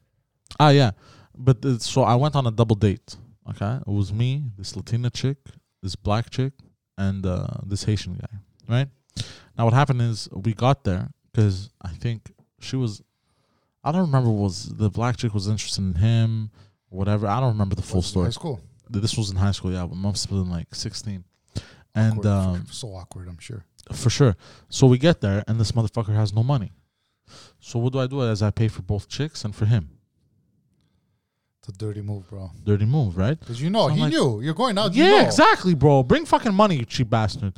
Speaker 1: Ah, yeah. But uh, so I went on a double date. Okay, it was me, this Latina chick, this black chick, and uh, this Haitian guy. Right. Now what happened is we got there because I think she was. I don't remember was the black chick was interested in him, whatever. I don't remember the full
Speaker 2: Was in
Speaker 1: story.
Speaker 2: High school.
Speaker 1: This was in high school, yeah, but must have been like sixteen, and
Speaker 2: Awkward.
Speaker 1: um,
Speaker 2: so awkward, I'm sure.
Speaker 1: for sure. So we get there, and this motherfucker has no money. So what do I do? As I pay for both chicks and for him.
Speaker 2: It's a dirty move, bro.
Speaker 1: Dirty move, right?
Speaker 2: Because you know,
Speaker 1: I'm
Speaker 2: he
Speaker 1: like-
Speaker 2: knew you're going out. you
Speaker 1: yeah,
Speaker 2: know.
Speaker 1: exactly, bro. Bring fucking money, you cheap bastard.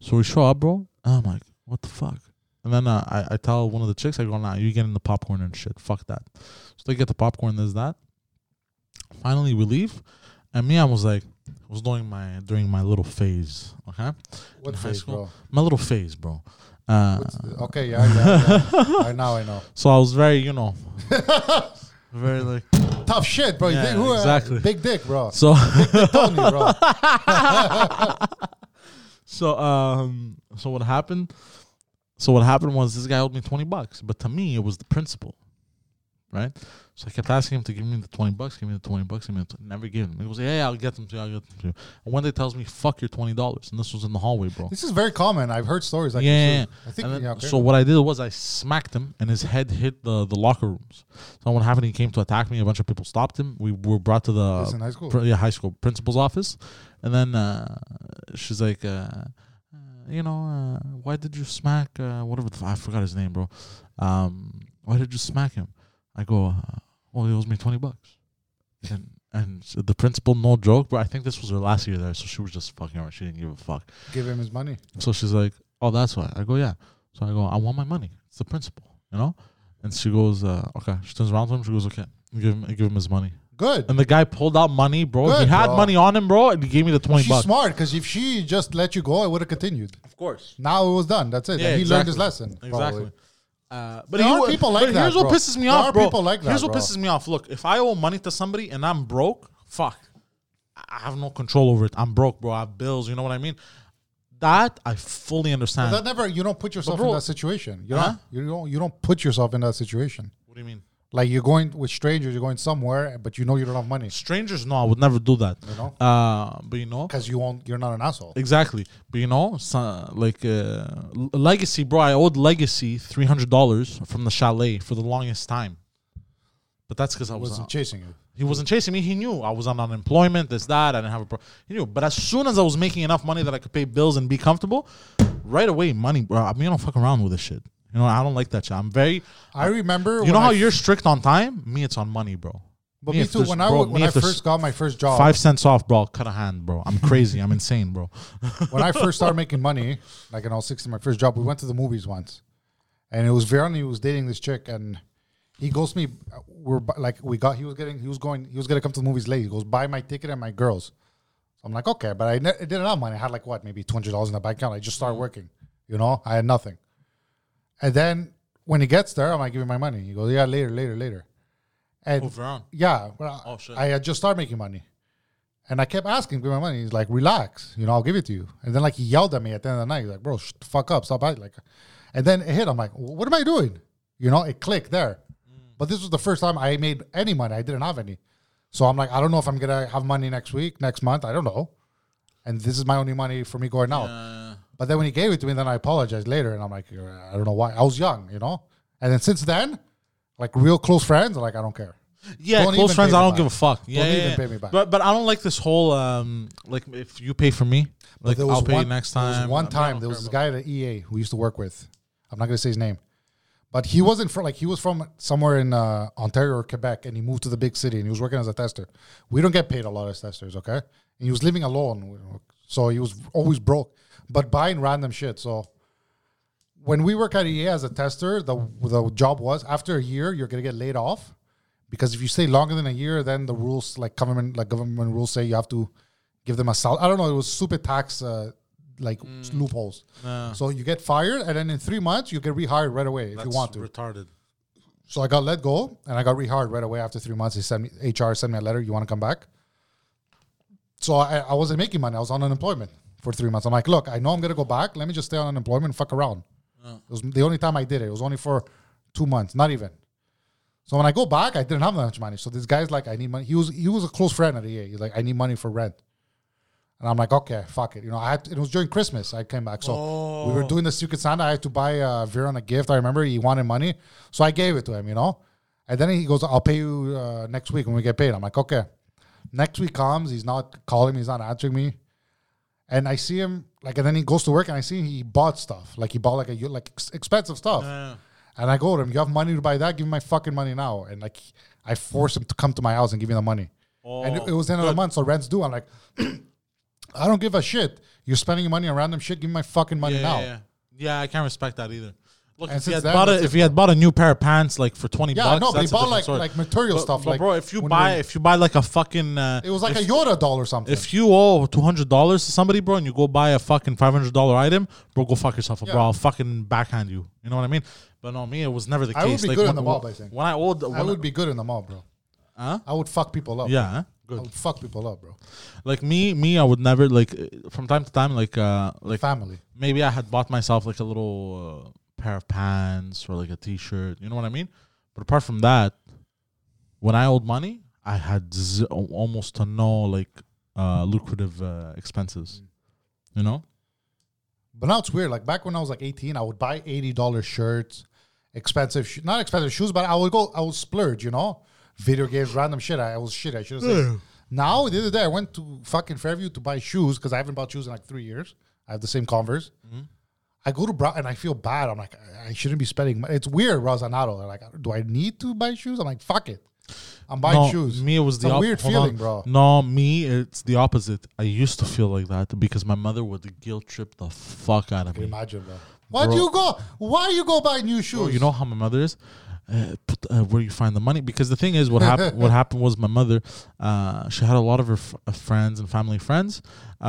Speaker 1: So we show up, bro. And I'm like, what the fuck? And then uh, I, I tell one of the chicks, I go, nah, you getting the popcorn and shit. Fuck that. So they get the popcorn, there's that. Finally, we leave. And me, I was like, I was doing my during my little phase, okay? In
Speaker 2: What
Speaker 1: high
Speaker 2: phase,
Speaker 1: school.
Speaker 2: bro?
Speaker 1: My little phase, bro. Uh,
Speaker 2: What's the- okay, yeah, yeah, yeah.
Speaker 1: [laughs]
Speaker 2: I now I know.
Speaker 1: So I was very, you
Speaker 2: [laughs]
Speaker 1: know, very like.
Speaker 2: Tough shit, bro. You
Speaker 1: Yeah,
Speaker 2: think who, uh,
Speaker 1: exactly.
Speaker 2: Big
Speaker 1: [laughs]
Speaker 2: dick, bro.
Speaker 1: So
Speaker 2: Tony, bro.
Speaker 1: so um so what happened? So what happened was this guy owed me twenty bucks, but to me it was the principal, right? So I kept asking him to give me the twenty bucks, give me the twenty bucks, give me the 20, never give him. He was like, yeah, yeah, I'll get them to you, I'll get them to you. And one day tells me, fuck your twenty dollars, and this was in the hallway, bro.
Speaker 2: This is very common. I've heard stories like
Speaker 1: yeah,
Speaker 2: this. too. I think
Speaker 1: And then-
Speaker 2: yeah, okay.
Speaker 1: so what I did was I smacked him and his head hit the, the locker rooms. So what happened? He came to attack me. A bunch of people stopped him. We were brought to the
Speaker 2: This is in high school?
Speaker 1: pri- yeah, high school principal's office, and then uh, she's like, uh, uh, you know, uh, why did you smack uh, whatever the f- I forgot his name, bro. Um, why did you smack him? I go, uh, well, he owes me twenty bucks, and and so the principal, no joke, bro. I think this was her last year there, so she was just fucking around. She didn't give a fuck.
Speaker 2: Give him his money.
Speaker 1: So she's like, "Oh, that's why." I go, "Yeah." So I go, "I want my money. It's the principal, you know." And she goes, uh, "Okay." She turns around to him. She goes, "Okay." Give him, give him his money.
Speaker 2: Good.
Speaker 1: And the guy pulled out money, bro. he
Speaker 2: Good,
Speaker 1: had
Speaker 2: bro.
Speaker 1: money on him, bro, and he gave me the twenty
Speaker 2: She's
Speaker 1: bucks.
Speaker 2: smart because if she just let you go, it would have continued.
Speaker 1: Of course,
Speaker 2: Now it was done. That's it.
Speaker 1: Yeah,
Speaker 2: and he learned his
Speaker 1: exactly.
Speaker 2: lesson.
Speaker 1: exactly.
Speaker 2: probably.
Speaker 1: Uh, but
Speaker 2: There
Speaker 1: he
Speaker 2: are
Speaker 1: wa-
Speaker 2: people like
Speaker 1: but
Speaker 2: that,
Speaker 1: Here's what
Speaker 2: bro.
Speaker 1: pisses me
Speaker 2: There
Speaker 1: off,
Speaker 2: are
Speaker 1: bro.
Speaker 2: people like that,
Speaker 1: Here's what
Speaker 2: bro.
Speaker 1: pisses me off. Look, if I owe money to somebody and I'm broke, fuck, I I have no control over it. I'm broke, bro. I have bills. You know what I mean? That I fully understand.
Speaker 2: That never. You don't put yourself
Speaker 1: bro- Uh-huh.
Speaker 2: in that situation. You
Speaker 1: Huh?
Speaker 2: don't. You don't. You don't put yourself in that situation.
Speaker 1: what do you mean?
Speaker 2: Like you're going with strangers. You're going somewhere, but you know you don't have money
Speaker 1: Strangers? No, I would never do that.
Speaker 2: You know?
Speaker 1: Uh, but you know,
Speaker 2: because you won't. You're not an asshole.
Speaker 1: Exactly, but you know, so, like uh, L- legacy, bro. I owed legacy three hundred dollars from the chalet for the longest time, but that's because I was
Speaker 2: wasn't chasing you.
Speaker 1: he wasn't chasing me. He knew I was on unemployment, this that. I didn't have a pro. He knew, but as soon as I was making enough money that I could pay bills and be comfortable, right away, money, bro. I mean, I don't fuck around with this shit. You know, I don't like that shit. I'm very.
Speaker 2: I remember.
Speaker 1: You
Speaker 2: when
Speaker 1: know how
Speaker 2: I-
Speaker 1: you're strict on time. Me, it's on money, bro.
Speaker 2: But me
Speaker 1: if
Speaker 2: too.
Speaker 1: there's-
Speaker 2: When I
Speaker 1: bro,
Speaker 2: wa- when
Speaker 1: me
Speaker 2: I
Speaker 1: if there's
Speaker 2: first got my first job,
Speaker 1: Five cents off, bro. I'll cut a hand, bro.
Speaker 2: [laughs]
Speaker 1: I'm crazy. I'm insane, bro.
Speaker 2: when I first started making money, like in all sixty, my first job, we went to the movies once, and it was Verani who was dating this chick, and he goes to me, we're bu- like we got, he was getting, he was going, he was gonna come to the movies late. He goes, buy my ticket and my girls. I'm like, okay, but I, ne- I didn't have money. I had like what, maybe two hundred dollars in the bank account. I just started working, you know, I had nothing. And then when he gets there, I'm like, give me my money. He goes, yeah, later, later, later. And
Speaker 1: Over on.
Speaker 2: yeah, well,
Speaker 1: Oh, shit.
Speaker 2: I had just started making money, And I kept asking, give me my money. He's like, relax, you know, I'll give it to you. And then like he yelled at me at the end of the night. He's like, bro, shut the fuck up, stop acting like. And then it hit. I'm like, what am I doing? You know, it clicked there. But this was the first time I made any money. I didn't have any. So I'm like, I don't know if I'm gonna have money next week, next month. I don't know. And this is my only money for me going
Speaker 1: Oh.
Speaker 2: out.
Speaker 1: Uh,
Speaker 2: But then when he gave it to me, then I apologized later, and I'm like, "Uh, I don't know why. I was young, you know. And then since then, like real close friends, like I don't care.
Speaker 1: Yeah,
Speaker 2: Don't
Speaker 1: close
Speaker 2: even
Speaker 1: friends.
Speaker 2: pay
Speaker 1: I
Speaker 2: me
Speaker 1: don't
Speaker 2: back.
Speaker 1: give a fuck. yeah,
Speaker 2: even
Speaker 1: yeah, yeah.
Speaker 2: pay me back.
Speaker 1: But but I don't like this whole um like if you pay for me, like I'll pay you next time.
Speaker 2: There was
Speaker 1: I
Speaker 2: one
Speaker 1: mean, I
Speaker 2: time
Speaker 1: don't
Speaker 2: there was
Speaker 1: care
Speaker 2: this guy at EA who used to work with. I'm not gonna say his name, but he wasn't from like he was from somewhere in uh, Ontario or Quebec, and he moved to the big city and he was working as a tester. We don't get paid a lot as testers, okay? And he was living alone, so he was always broke, but buying random shit. So when we work at EA as a tester, the the job was after a year you're gonna get laid off because if you stay longer than a year, then the rules like government like government rules say you have to give them a sal. I don't know. It was stupid tax uh, like loopholes. So you get fired, and then in three months you get rehired right away if you
Speaker 1: That's
Speaker 2: want to.
Speaker 1: retarded.
Speaker 2: So I got let go and I got rehired right away after three months. They sent me HR sent me a letter. You want to come back? So I, I wasn't making money. I was on unemployment for three months. I'm like, look, I know I'm gonna go back. Let me just stay on unemployment and fuck around. It was the only time I did it. It was only for two months, not even. So when I go back, I didn't have that much money. So this guy's like, I need money. He was he was a close friend at the EA. He's like, I need money for rent. And I'm like, okay, fuck it. You know, I had to, it was during Christmas. I came back, so we were doing the Secret Santa. I had to buy uh, Viren a gift. I remember he wanted money, so I gave it to him. You know, and then he goes, "I'll pay you uh, next week when we get paid." I'm like, okay. Next week comes, he's not calling me, he's not answering me, and I see him like, and then he goes to work, and I see he bought stuff, like he bought like a u- like ex- expensive stuff. And I go to him, you have money to buy that? Give me my fucking money now. And like, I force him to come to my house and give me the money. and it, it was the end
Speaker 1: Oh.
Speaker 2: of the month, so rent's due. I'm like, [clears throat] I don't give a shit. You're spending your money on random shit. Give me my fucking money
Speaker 1: Oh. Yeah,
Speaker 2: now.
Speaker 1: yeah, yeah. Yeah, I can't respect that either. Look,
Speaker 2: And
Speaker 1: if he had
Speaker 2: since then,
Speaker 1: bought a,
Speaker 2: that's
Speaker 1: if he had bought a new pair of pants like for twenty
Speaker 2: Yeah,
Speaker 1: bucks,
Speaker 2: no, but he
Speaker 1: that's a
Speaker 2: bought
Speaker 1: different
Speaker 2: like
Speaker 1: story.
Speaker 2: like material
Speaker 1: But-
Speaker 2: stuff.
Speaker 1: but
Speaker 2: like,
Speaker 1: bro, if you
Speaker 2: when
Speaker 1: buy
Speaker 2: we-
Speaker 1: if you buy like a fucking uh,
Speaker 2: it was like
Speaker 1: if,
Speaker 2: a Yoda doll or something.
Speaker 1: if you owe two hundred dollars to somebody, bro, and you go buy a fucking five hundred dollar item, bro, go fuck yourself, bro. I'll fucking backhand you. You know what I mean? But no, me, it was never the
Speaker 2: I would
Speaker 1: case.
Speaker 2: be
Speaker 1: like
Speaker 2: good
Speaker 1: when,
Speaker 2: in the mob, I think.
Speaker 1: when I owed, when
Speaker 2: I would Oh. be good in the mall, bro.
Speaker 1: Huh?
Speaker 2: I would fuck people up.
Speaker 1: yeah, huh?
Speaker 2: I
Speaker 1: good.
Speaker 2: would fuck people up, bro.
Speaker 1: Like me, me, I would never like uh, from time to time, like uh, like
Speaker 2: Family.
Speaker 1: maybe I had bought myself like a little uh, pair of pants or like a t-shirt. You know what I mean? But apart from that, when I owed money, I had z- al- almost to no like uh, lucrative uh, expenses.
Speaker 2: Mm.
Speaker 1: You know?
Speaker 2: But now it's weird. Like back when I was like 18, I would buy $80 shirts, expensive, sho- not expensive shoes, but I would go, I would splurge, you know? Video games, random shit. I, I was shit. I should have said. Now, the other day, I went to fucking Fairview to buy shoes because I haven't bought shoes in like three years. I have the same Converse. I go to Brown and I feel bad. I'm like, I- I shouldn't be spending. mo- It's weird, Rosanato. They're like, do I need to buy shoes? I'm like, fuck it. I'm buying
Speaker 1: no,
Speaker 2: shoes.
Speaker 1: Me, it was
Speaker 2: It's
Speaker 1: the
Speaker 2: a
Speaker 1: op-
Speaker 2: weird
Speaker 1: hold on.
Speaker 2: feeling, bro.
Speaker 1: No, me, it's the opposite. I used to feel like that because my mother would guilt trip the fuck out of me.
Speaker 2: Imagine, bro. Why do you go? Why you go buy new shoes?
Speaker 1: Oh, you know how my mother is. Uh, put, uh, where you find the money? Because the thing is, what
Speaker 2: [laughs]
Speaker 1: happened? what happened was my mother. Uh, she had a lot of her f- uh, friends and family friends.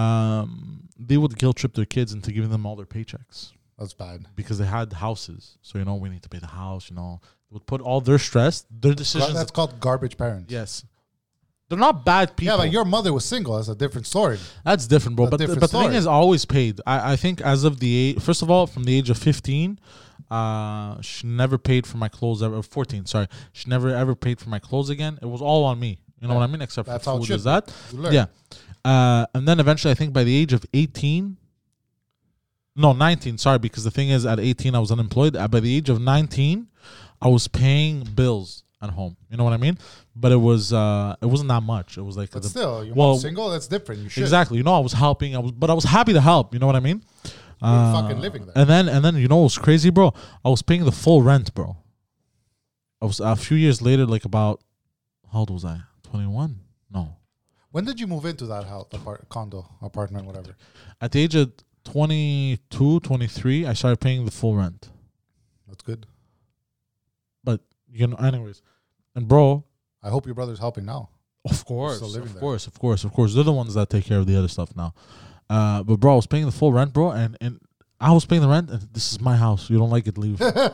Speaker 1: Um, they would guilt trip their kids into giving them all their paychecks
Speaker 2: that's bad.
Speaker 1: because they had houses. So you know, we need to pay the house. You know, would put all their stress, their decisions.
Speaker 2: That's called garbage parents.
Speaker 1: yes, they're not bad people.
Speaker 2: Yeah, but your mother was single. That's a different story.
Speaker 1: That's different, bro.
Speaker 2: A
Speaker 1: But,
Speaker 2: different
Speaker 1: but the thing
Speaker 2: story.
Speaker 1: is, I always paid. I, I think as of the age, first of all, from the age of fifteen, uh, she never paid for my clothes ever. Fourteen, sorry, she never ever paid for my clothes again. It was all on me. You know what I mean? Except
Speaker 2: That's how
Speaker 1: for
Speaker 2: it
Speaker 1: food,
Speaker 2: should
Speaker 1: is that?
Speaker 2: You learn.
Speaker 1: Yeah. Uh, and then eventually, I think by the age of eighteen, no, nineteen. Sorry, because the thing is, at eighteen, I was unemployed. Uh, by the age of nineteen, I was paying bills at home. You know what I mean? But it was uh, it wasn't that much. It was like
Speaker 2: But
Speaker 1: the-
Speaker 2: still, your
Speaker 1: well,
Speaker 2: mom's single. That's different. You should.
Speaker 1: Exactly. You know, I was helping. I was, but I was happy to help. You know what I mean?
Speaker 2: You're
Speaker 1: Uh,
Speaker 2: fucking living there.
Speaker 1: And then, and then, you know, it was crazy, bro. I was paying the full rent, bro. I was a few years later, like about how old was I? Twenty one? No,
Speaker 2: When did you move into that house, apart, condo, apartment, whatever?
Speaker 1: at the age of 22, 23, I started paying the full rent.
Speaker 2: That's good.
Speaker 1: But you know, anyways, and bro,
Speaker 2: I hope your brother's helping now.
Speaker 1: Of course,
Speaker 2: Still living
Speaker 1: of
Speaker 2: there.
Speaker 1: course, of course, of course. They're the ones that take care of the other stuff now. Uh, but bro, I was paying the full rent, bro, and and I was paying the rent, and this is my house. You don't like it, leave.
Speaker 2: That's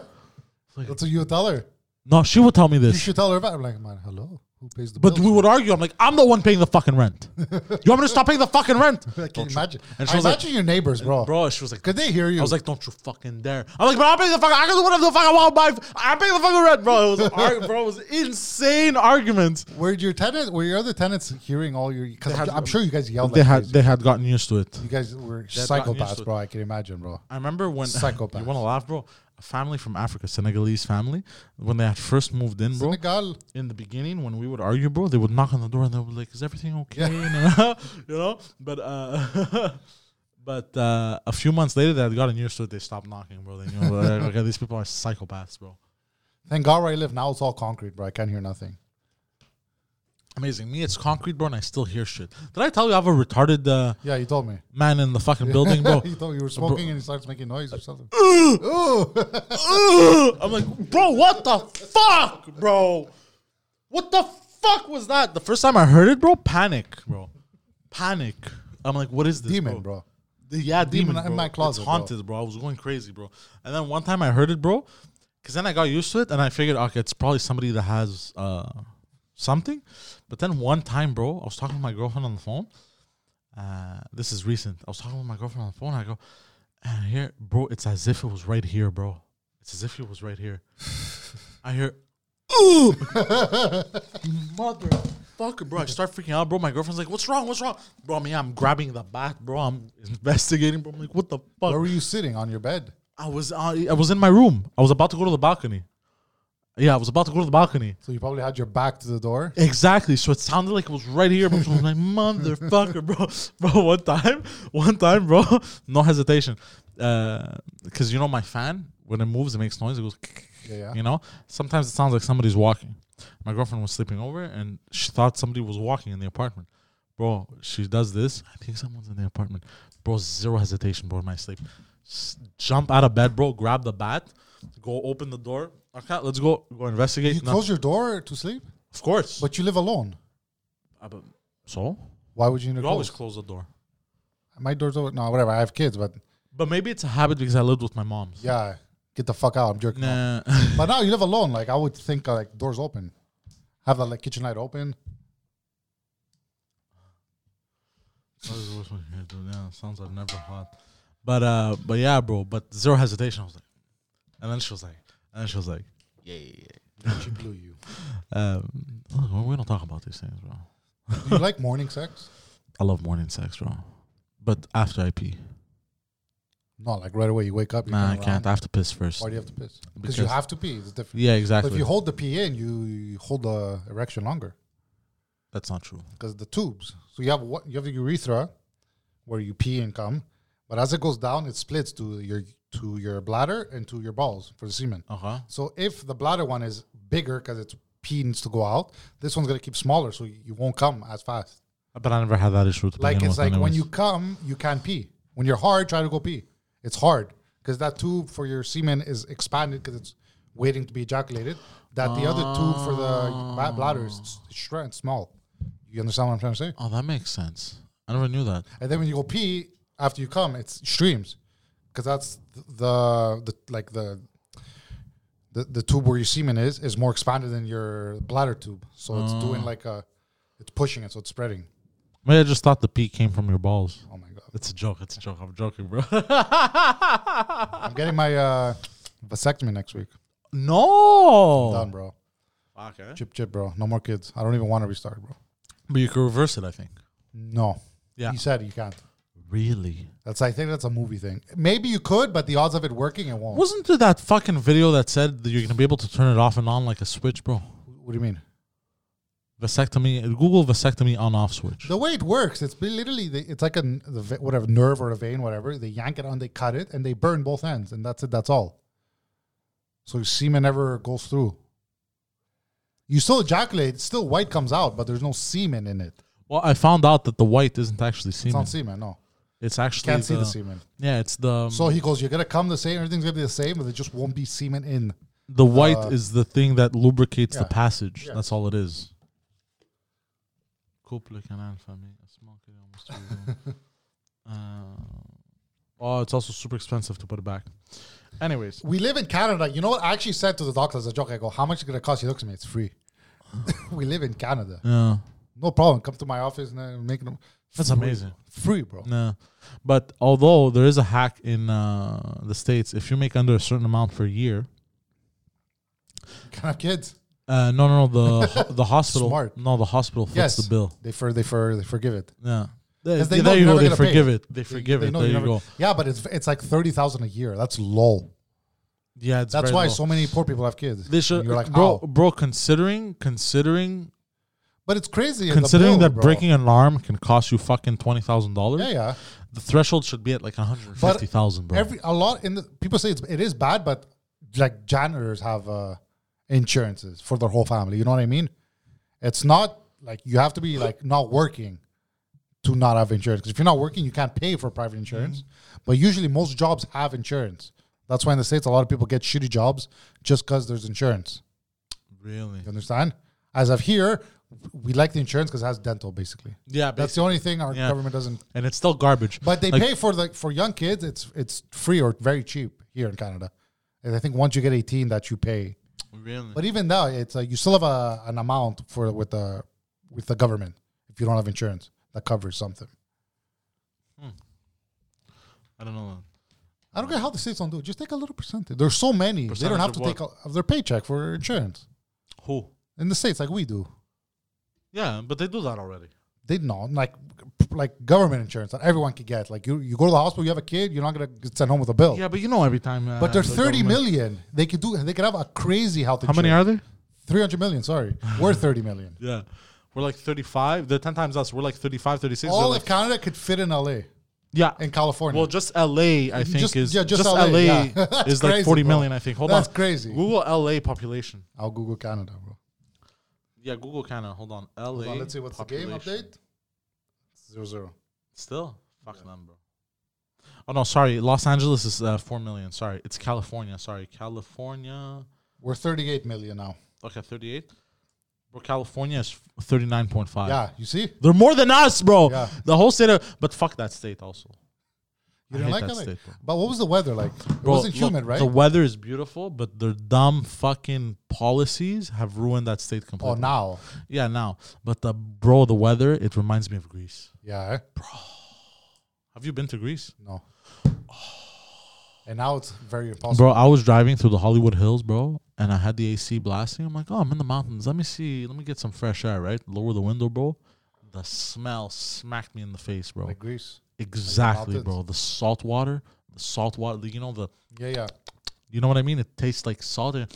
Speaker 2: what you would tell her.
Speaker 1: no, she would tell me
Speaker 2: You
Speaker 1: this.
Speaker 2: should tell her about. it. I'm like, man, hello. Who pays the
Speaker 1: But
Speaker 2: bills?
Speaker 1: we would argue. I'm like, I'm the one paying the fucking rent. you want me to stop paying the fucking
Speaker 2: [laughs]
Speaker 1: rent?
Speaker 2: I can't imagine.
Speaker 1: And
Speaker 2: And
Speaker 1: she was like-
Speaker 2: imagine your neighbors, bro.
Speaker 1: Bro, she was like,
Speaker 2: Could they hear oh. you?
Speaker 1: I was like, don't you fucking dare. I'm like, bro, I'm paying the fucking, I can do whatever the fuck I want, but I'm paying the fucking rent, bro. It was, an arg- bro, it was insane arguments.
Speaker 2: were your tenant? Were your other tenants hearing all your? Because I'm, I'm sure you guys yelled.
Speaker 1: They
Speaker 2: like
Speaker 1: had,
Speaker 2: crazy.
Speaker 1: they had gotten used to it.
Speaker 2: You guys were
Speaker 1: gotten used to
Speaker 2: psychopaths,
Speaker 1: it.
Speaker 2: bro. I can imagine, bro.
Speaker 1: I remember when, [laughs]
Speaker 2: Psychopaths.
Speaker 1: you want to laugh, bro? A family from Africa, Senegalese family, when they had first moved in, bro,
Speaker 2: Senegal.
Speaker 1: in the beginning when we would argue, bro, they would knock on the door and they would be like, "Is everything okay?" [laughs] you know. But uh, [laughs] but uh, a few months later, they had gotten used to it. They stopped knocking, bro. They knew like, [laughs] okay, these people are psychopaths, bro.
Speaker 2: Thank God where I live now, it's all concrete, bro. I can't hear nothing.
Speaker 1: Amazing. Me, it's concrete, bro, and I still hear shit. Did I tell you I have a retarded uh,
Speaker 2: Yeah, you told me.
Speaker 1: man in the fucking building,
Speaker 2: [laughs]
Speaker 1: bro?
Speaker 2: you told you were smoking and he starts making noise or
Speaker 1: [laughs]
Speaker 2: something. [laughs]
Speaker 1: I'm like, bro, what the fuck, bro? What the fuck was that? The first time I heard it, bro, panic, bro, panic. I'm like, what is this,
Speaker 2: Demon, bro.
Speaker 1: The- yeah, demon,
Speaker 2: in
Speaker 1: bro.
Speaker 2: my closet,
Speaker 1: It's
Speaker 2: bro.
Speaker 1: haunted, bro. I was going crazy, bro. And then one time I heard it, bro, because then I got used to it, and I figured, okay, it's probably somebody that has uh something. But then one time, bro, I was talking to my girlfriend on the phone. Uh, this is recent. I was talking with my girlfriend on the phone. I go, and here, bro, it's as if it was right here, bro. It's as if it was right here. I hear, ooh, [laughs] motherfucker, bro. I start freaking out, bro. My girlfriend's like, "What's wrong? What's wrong, bro?" I mean, I'm grabbing the bat, bro. I'm investigating, bro. I'm like, "What the fuck?"
Speaker 2: Where were you sitting on your bed?
Speaker 1: I was, uh, I was in my room. I was about to go to the balcony. Yeah, I was about to go to the balcony.
Speaker 2: So you probably had your back to the door.
Speaker 1: Exactly. So it sounded like it was right here, but it was like motherfucker, bro, [laughs] bro. One time, [laughs] one time, bro, no hesitation, because you know my fan when it moves, it makes noise. It goes,
Speaker 2: Yeah, yeah.
Speaker 1: you know. Sometimes it sounds like somebody's walking. My girlfriend was sleeping over, and she thought somebody was walking in the apartment. Bro, she does this. I think someone's in the apartment. Bro, zero hesitation, bro, in my sleep. S- jump out of bed, bro. Grab the bat. Go open the door. Okay, let's go. Go investigate.
Speaker 2: You
Speaker 1: No,
Speaker 2: close your door to sleep,
Speaker 1: of course.
Speaker 2: but you live alone.
Speaker 1: Uh, but- so
Speaker 2: Why would you need
Speaker 1: you
Speaker 2: to close?
Speaker 1: always close the door.
Speaker 2: My door's open. No, whatever. I have kids, but
Speaker 1: But maybe it's a habit because I lived with my mom.
Speaker 2: yeah, get the fuck out. I'm jerking. off.
Speaker 1: Nah.
Speaker 2: But [laughs] now you live alone. Like I would think, uh, like doors open, have that like kitchen light open.
Speaker 1: yeah, sounds I've never had. But uh, but yeah, bro. But zero hesitation. I was like, and then she was like, and then she was like, yeah, yeah, [laughs]
Speaker 2: She blew you.
Speaker 1: yeah. Um, look, we don't talk about these things, bro.
Speaker 2: Do you like morning sex?
Speaker 1: I love morning sex, bro. But after I pee,
Speaker 2: No, like right away you wake up. You
Speaker 1: nah, I
Speaker 2: turn around.
Speaker 1: can't. I have to piss first.
Speaker 2: Why do you have to piss? Because you
Speaker 1: Because-
Speaker 2: have to pee. It's different.
Speaker 1: Yeah,
Speaker 2: But
Speaker 1: exactly.
Speaker 2: if you hold the pee in, you, you hold the erection longer
Speaker 1: That's not true.
Speaker 2: because the tubes. So you have what you have the urethra, where you pee and come, but as it goes down, it splits to your to your bladder and to your balls for the semen.
Speaker 1: Uh huh.
Speaker 2: So if the bladder one is bigger because it's pee needs to go out, this one's gonna keep smaller, so you won't come as fast.
Speaker 1: But I never had that issue. To
Speaker 2: Like
Speaker 1: begin
Speaker 2: it's
Speaker 1: with
Speaker 2: like when
Speaker 1: anyways.
Speaker 2: you come, you can't pee. When you're hard, try to go pee. It's hard because that tube for your semen is expanded because it's waiting to be ejaculated. That the other tube for the ba- bladder is s- short and small. You understand what I'm trying to say?
Speaker 1: Oh, that makes sense. I never knew that.
Speaker 2: And then when you go pee after you come, it's streams because that's th- the the like the. The, the tube where your semen is is more expanded than your bladder tube, so it's doing like a, it's pushing it, so it's spreading.
Speaker 1: Maybe I just thought the pee came from your balls.
Speaker 2: Oh my god!
Speaker 1: It's a joke. It's a joke. I'm joking, bro.
Speaker 2: I'm getting my uh, vasectomy next week. Done,
Speaker 1: [laughs] no.
Speaker 2: bro.
Speaker 1: Okay.
Speaker 2: Chip, chip, bro. No more kids. I don't even want to restart, bro.
Speaker 1: But you can reverse it, I think.
Speaker 2: No.
Speaker 1: Yeah.
Speaker 2: He said you can't.
Speaker 1: Really?
Speaker 2: That's. I think that's a movie thing. Maybe you could, but the odds of it working, it won't.
Speaker 1: Wasn't there that fucking video that said that you're gonna be able to turn it off and on like a switch, bro?
Speaker 2: What do you mean?
Speaker 1: Vasectomy. Google vasectomy on-off switch.
Speaker 2: The way it works, it's be- literally the, it's like a n- the ve- whatever nerve or a vein, whatever. They yank it on, they cut it, and they burn both ends, and that's it. That's all. So your semen never goes through. You still ejaculate, still white comes out, but there's no semen in it.
Speaker 1: Well, I found out that the white isn't actually
Speaker 2: It's
Speaker 1: semen. uh,
Speaker 2: not
Speaker 1: It's,
Speaker 2: semen. No,
Speaker 1: actually
Speaker 2: can't see the semen.
Speaker 1: Yeah, it's the um,
Speaker 2: So he goes, "You're gonna come the same. Everything's gonna be the same, but there just won't be semen in."
Speaker 1: the white is the thing that lubricates the
Speaker 2: Uh, yeah.
Speaker 1: passage.
Speaker 2: Yeah.
Speaker 1: That's all it is. Couple canal famille. A small kid almost everyone.
Speaker 2: [laughs]
Speaker 1: Uh, oh, it's also super expensive to put it back. Anyways,
Speaker 2: We live in Canada. You know what? I actually said to the doctor as a joke, I go, How much is it going to cost? He looks at me, it's free. [laughs] we live in Canada.
Speaker 1: Yeah.
Speaker 2: No problem. Come to my office and I'm making them.
Speaker 1: That's
Speaker 2: free.
Speaker 1: amazing.
Speaker 2: Free, bro.
Speaker 1: No, but although there is a hack in uh, the states, if you make under a certain amount per year,
Speaker 2: Can I have kids?
Speaker 1: uh, no, no, no, the
Speaker 2: [laughs]
Speaker 1: the hospital,
Speaker 2: Smart.
Speaker 1: no, the hospital foots
Speaker 2: Yes.
Speaker 1: the bill.
Speaker 2: They for they for they forgive it.
Speaker 1: Yeah, they,
Speaker 2: 'Cause they
Speaker 1: yeah,
Speaker 2: know
Speaker 1: there you go.
Speaker 2: you're never
Speaker 1: They
Speaker 2: gonna pay
Speaker 1: forgive
Speaker 2: it.
Speaker 1: it. They forgive it.
Speaker 2: know
Speaker 1: There you
Speaker 2: never-
Speaker 1: go.
Speaker 2: Yeah, but it's it's like thirty thousand a year. That's low.
Speaker 1: Yeah, it's
Speaker 2: That's
Speaker 1: very
Speaker 2: why
Speaker 1: low.
Speaker 2: so many poor people have kids.
Speaker 1: They should,
Speaker 2: And you're like, "Oh."
Speaker 1: bro,
Speaker 2: "Ow."
Speaker 1: bro. Considering, considering,
Speaker 2: But it's crazy. in the
Speaker 1: considering
Speaker 2: bill,
Speaker 1: that
Speaker 2: bro.
Speaker 1: breaking an alarm can cost you fucking twenty thousand
Speaker 2: Yeah,
Speaker 1: dollars,
Speaker 2: yeah.
Speaker 1: the threshold should be at like one hundred fifty thousand, bro.
Speaker 2: Every a lot in the people say it's, it is bad, but like janitors have uh, insurances for their whole family. You know what I mean? It's not like you have to be like not working to not have insurance. Because if you're not working, you can't pay for private insurance.
Speaker 1: Mm-hmm.
Speaker 2: But usually, most jobs have insurance. That's why in the states, a lot of people get shitty jobs just because there's insurance.
Speaker 1: really?
Speaker 2: You understand? As of here, we like the insurance because it has dental basically.
Speaker 1: Yeah,
Speaker 2: That's
Speaker 1: basically.
Speaker 2: the only thing our
Speaker 1: Yeah.
Speaker 2: government doesn't
Speaker 1: and it's still garbage.
Speaker 2: but they
Speaker 1: Like-
Speaker 2: pay for the for young kids. It's it's free or very cheap here in Canada. And I think once you get eighteen, that you pay.
Speaker 1: Really?
Speaker 2: But even now, it's uh, you still have a, an amount for with the with the government if you don't have insurance that covers something.
Speaker 1: I don't know.
Speaker 2: I don't care how the states don't do it. Just take a little percentage. There's so many. they
Speaker 1: Percentage
Speaker 2: don't have
Speaker 1: of
Speaker 2: to
Speaker 1: what?
Speaker 2: take out of their paycheck for insurance
Speaker 1: Who?
Speaker 2: in the states like we do.
Speaker 1: Yeah, but they do that already.
Speaker 2: They not like like government insurance that everyone could get. Like you, you go to the hospital, you have a kid, you're not gonna get sent home with a bill.
Speaker 1: Yeah, but you know every time. Uh,
Speaker 2: Oh. But there's
Speaker 1: the
Speaker 2: 30
Speaker 1: government-
Speaker 2: million. They could do. They could have a crazy health.
Speaker 1: How many
Speaker 2: insurance.
Speaker 1: are there?
Speaker 2: 300
Speaker 1: [laughs]
Speaker 2: million, sorry. We're 30 million.
Speaker 1: Yeah. We're like 35. They're 10 times us. We're like 35, 36. They're
Speaker 2: All
Speaker 1: like-
Speaker 2: of Canada could fit in LA,
Speaker 1: yeah.
Speaker 2: in California.
Speaker 1: Well, just LA, I think,
Speaker 2: Just-
Speaker 1: is
Speaker 2: yeah,
Speaker 1: just,
Speaker 2: just
Speaker 1: LA,
Speaker 2: LA, yeah. [laughs] That's
Speaker 1: is like
Speaker 2: crazy,
Speaker 1: forty
Speaker 2: bro.
Speaker 1: million. I think. Hold
Speaker 2: That's
Speaker 1: on.
Speaker 2: crazy.
Speaker 1: Google LA population.
Speaker 2: I'll Google Canada, bro.
Speaker 1: Yeah, Google Canada. Hold on. LA.
Speaker 2: Hold on, let's see what's the game
Speaker 1: population.
Speaker 2: update. Zero zero.
Speaker 1: Still? Fuck them, bro. Oh, no. Sorry. Los Angeles is uh, 4 million. Sorry. It's California. Sorry. California.
Speaker 2: We're 38 million now.
Speaker 1: Okay, 38. Bro, California is 39.5.
Speaker 2: yeah, you see? You
Speaker 1: They're more than us, bro.
Speaker 2: Yeah.
Speaker 1: The whole state of but fuck that state also. I
Speaker 2: didn't
Speaker 1: hate
Speaker 2: like
Speaker 1: that
Speaker 2: LA.
Speaker 1: state, bro.
Speaker 2: But what was the weather like? It
Speaker 1: Bro,
Speaker 2: wasn't
Speaker 1: look,
Speaker 2: humid, right?
Speaker 1: The weather is beautiful, but their dumb fucking policies have ruined that state
Speaker 2: oh,
Speaker 1: completely.
Speaker 2: now.
Speaker 1: Yeah, now. But the bro, the weather, it reminds me of Greece.
Speaker 2: Yeah, eh?
Speaker 1: Have you been to Greece?
Speaker 2: no. And now it's very impossible.
Speaker 1: Bro, I was driving through the Hollywood Hills, bro, and I had the AC blasting. I'm like, oh, I'm in the mountains. Let me see. Let me get some fresh air, right? Lower the window, bro. The smell smacked me in the face, bro.
Speaker 2: Like Greece.
Speaker 1: Exactly,
Speaker 2: mountains.
Speaker 1: bro. The salt water, the salt water. You know the,
Speaker 2: Yeah, yeah.
Speaker 1: you know what I mean. It tastes like salt, and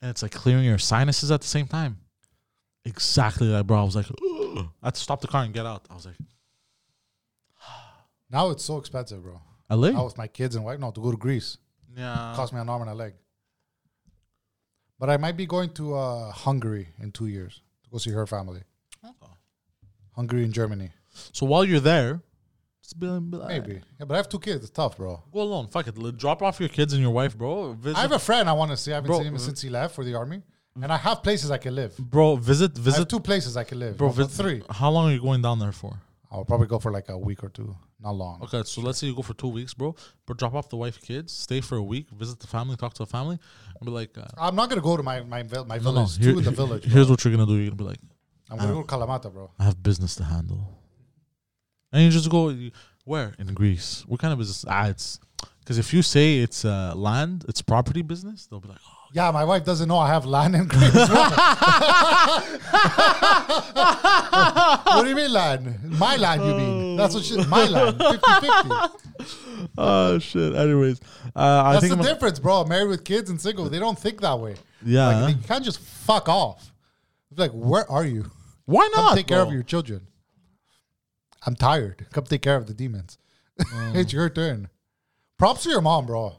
Speaker 1: and it's like clearing your sinuses at the same time. Exactly that, bro. I was like, [gasps] I had to stop the car and get out. I was like,
Speaker 2: Now it's so expensive, bro. Now
Speaker 1: LA.
Speaker 2: with my kids and wife, no, to go to Greece.
Speaker 1: Yeah.
Speaker 2: cost me an arm and a leg. But I might be going to uh, Hungary in two years to go see her family.
Speaker 1: Oh.
Speaker 2: Hungary and Germany,
Speaker 1: So while you're there, just be like, be like,
Speaker 2: maybe. Yeah, but I have two kids. It's tough, bro.
Speaker 1: go alone. Fuck it. L- Drop off your kids and your wife, bro. Visit,
Speaker 2: I have a friend I want to see. I haven't
Speaker 1: Bro,
Speaker 2: seen him
Speaker 1: uh,
Speaker 2: since he left for the army, and I have places I can live.
Speaker 1: bro. Visit,
Speaker 2: I have
Speaker 1: visit,
Speaker 2: two places I can live.
Speaker 1: bro.
Speaker 2: Well,
Speaker 1: Visit
Speaker 2: three.
Speaker 1: How long are you going down there for?
Speaker 2: I'll probably go for like a week or two. Not long.
Speaker 1: Okay, so let's say you go for two weeks, bro. But drop off the wife, kids, stay for a week, visit the family, talk to the family, and be like, uh,
Speaker 2: I'm not gonna go to my my vil- my
Speaker 1: no, no,
Speaker 2: village.
Speaker 1: here- uh,
Speaker 2: two in the village.
Speaker 1: Here's what you're gonna do. You're gonna be like,
Speaker 2: I'm gonna go to Kalamata, bro.
Speaker 1: I have business to handle, and you just go you- where in Greece? What kind of business? Ah, it's because if you say it's uh, land, it's property business, they'll be like, oh,
Speaker 2: Yeah, my wife doesn't know I have land in Greece.
Speaker 1: [laughs]
Speaker 2: [laughs] what do you mean land? My land, you mean? That's what she, my land.
Speaker 1: [laughs]
Speaker 2: 50-50.
Speaker 1: oh shit. Anyways, uh, I
Speaker 2: That's
Speaker 1: think I'm
Speaker 2: the
Speaker 1: gonna-
Speaker 2: difference, bro. Married with kids and single, they don't think that way.
Speaker 1: yeah.
Speaker 2: Like, they- you can't just fuck off. It's like, where are you?
Speaker 1: Why
Speaker 2: Come
Speaker 1: not?
Speaker 2: take care of
Speaker 1: bro?
Speaker 2: your children. I'm tired. [laughs] Come take care of the demons. [laughs] it's your turn. Props to your mom, bro.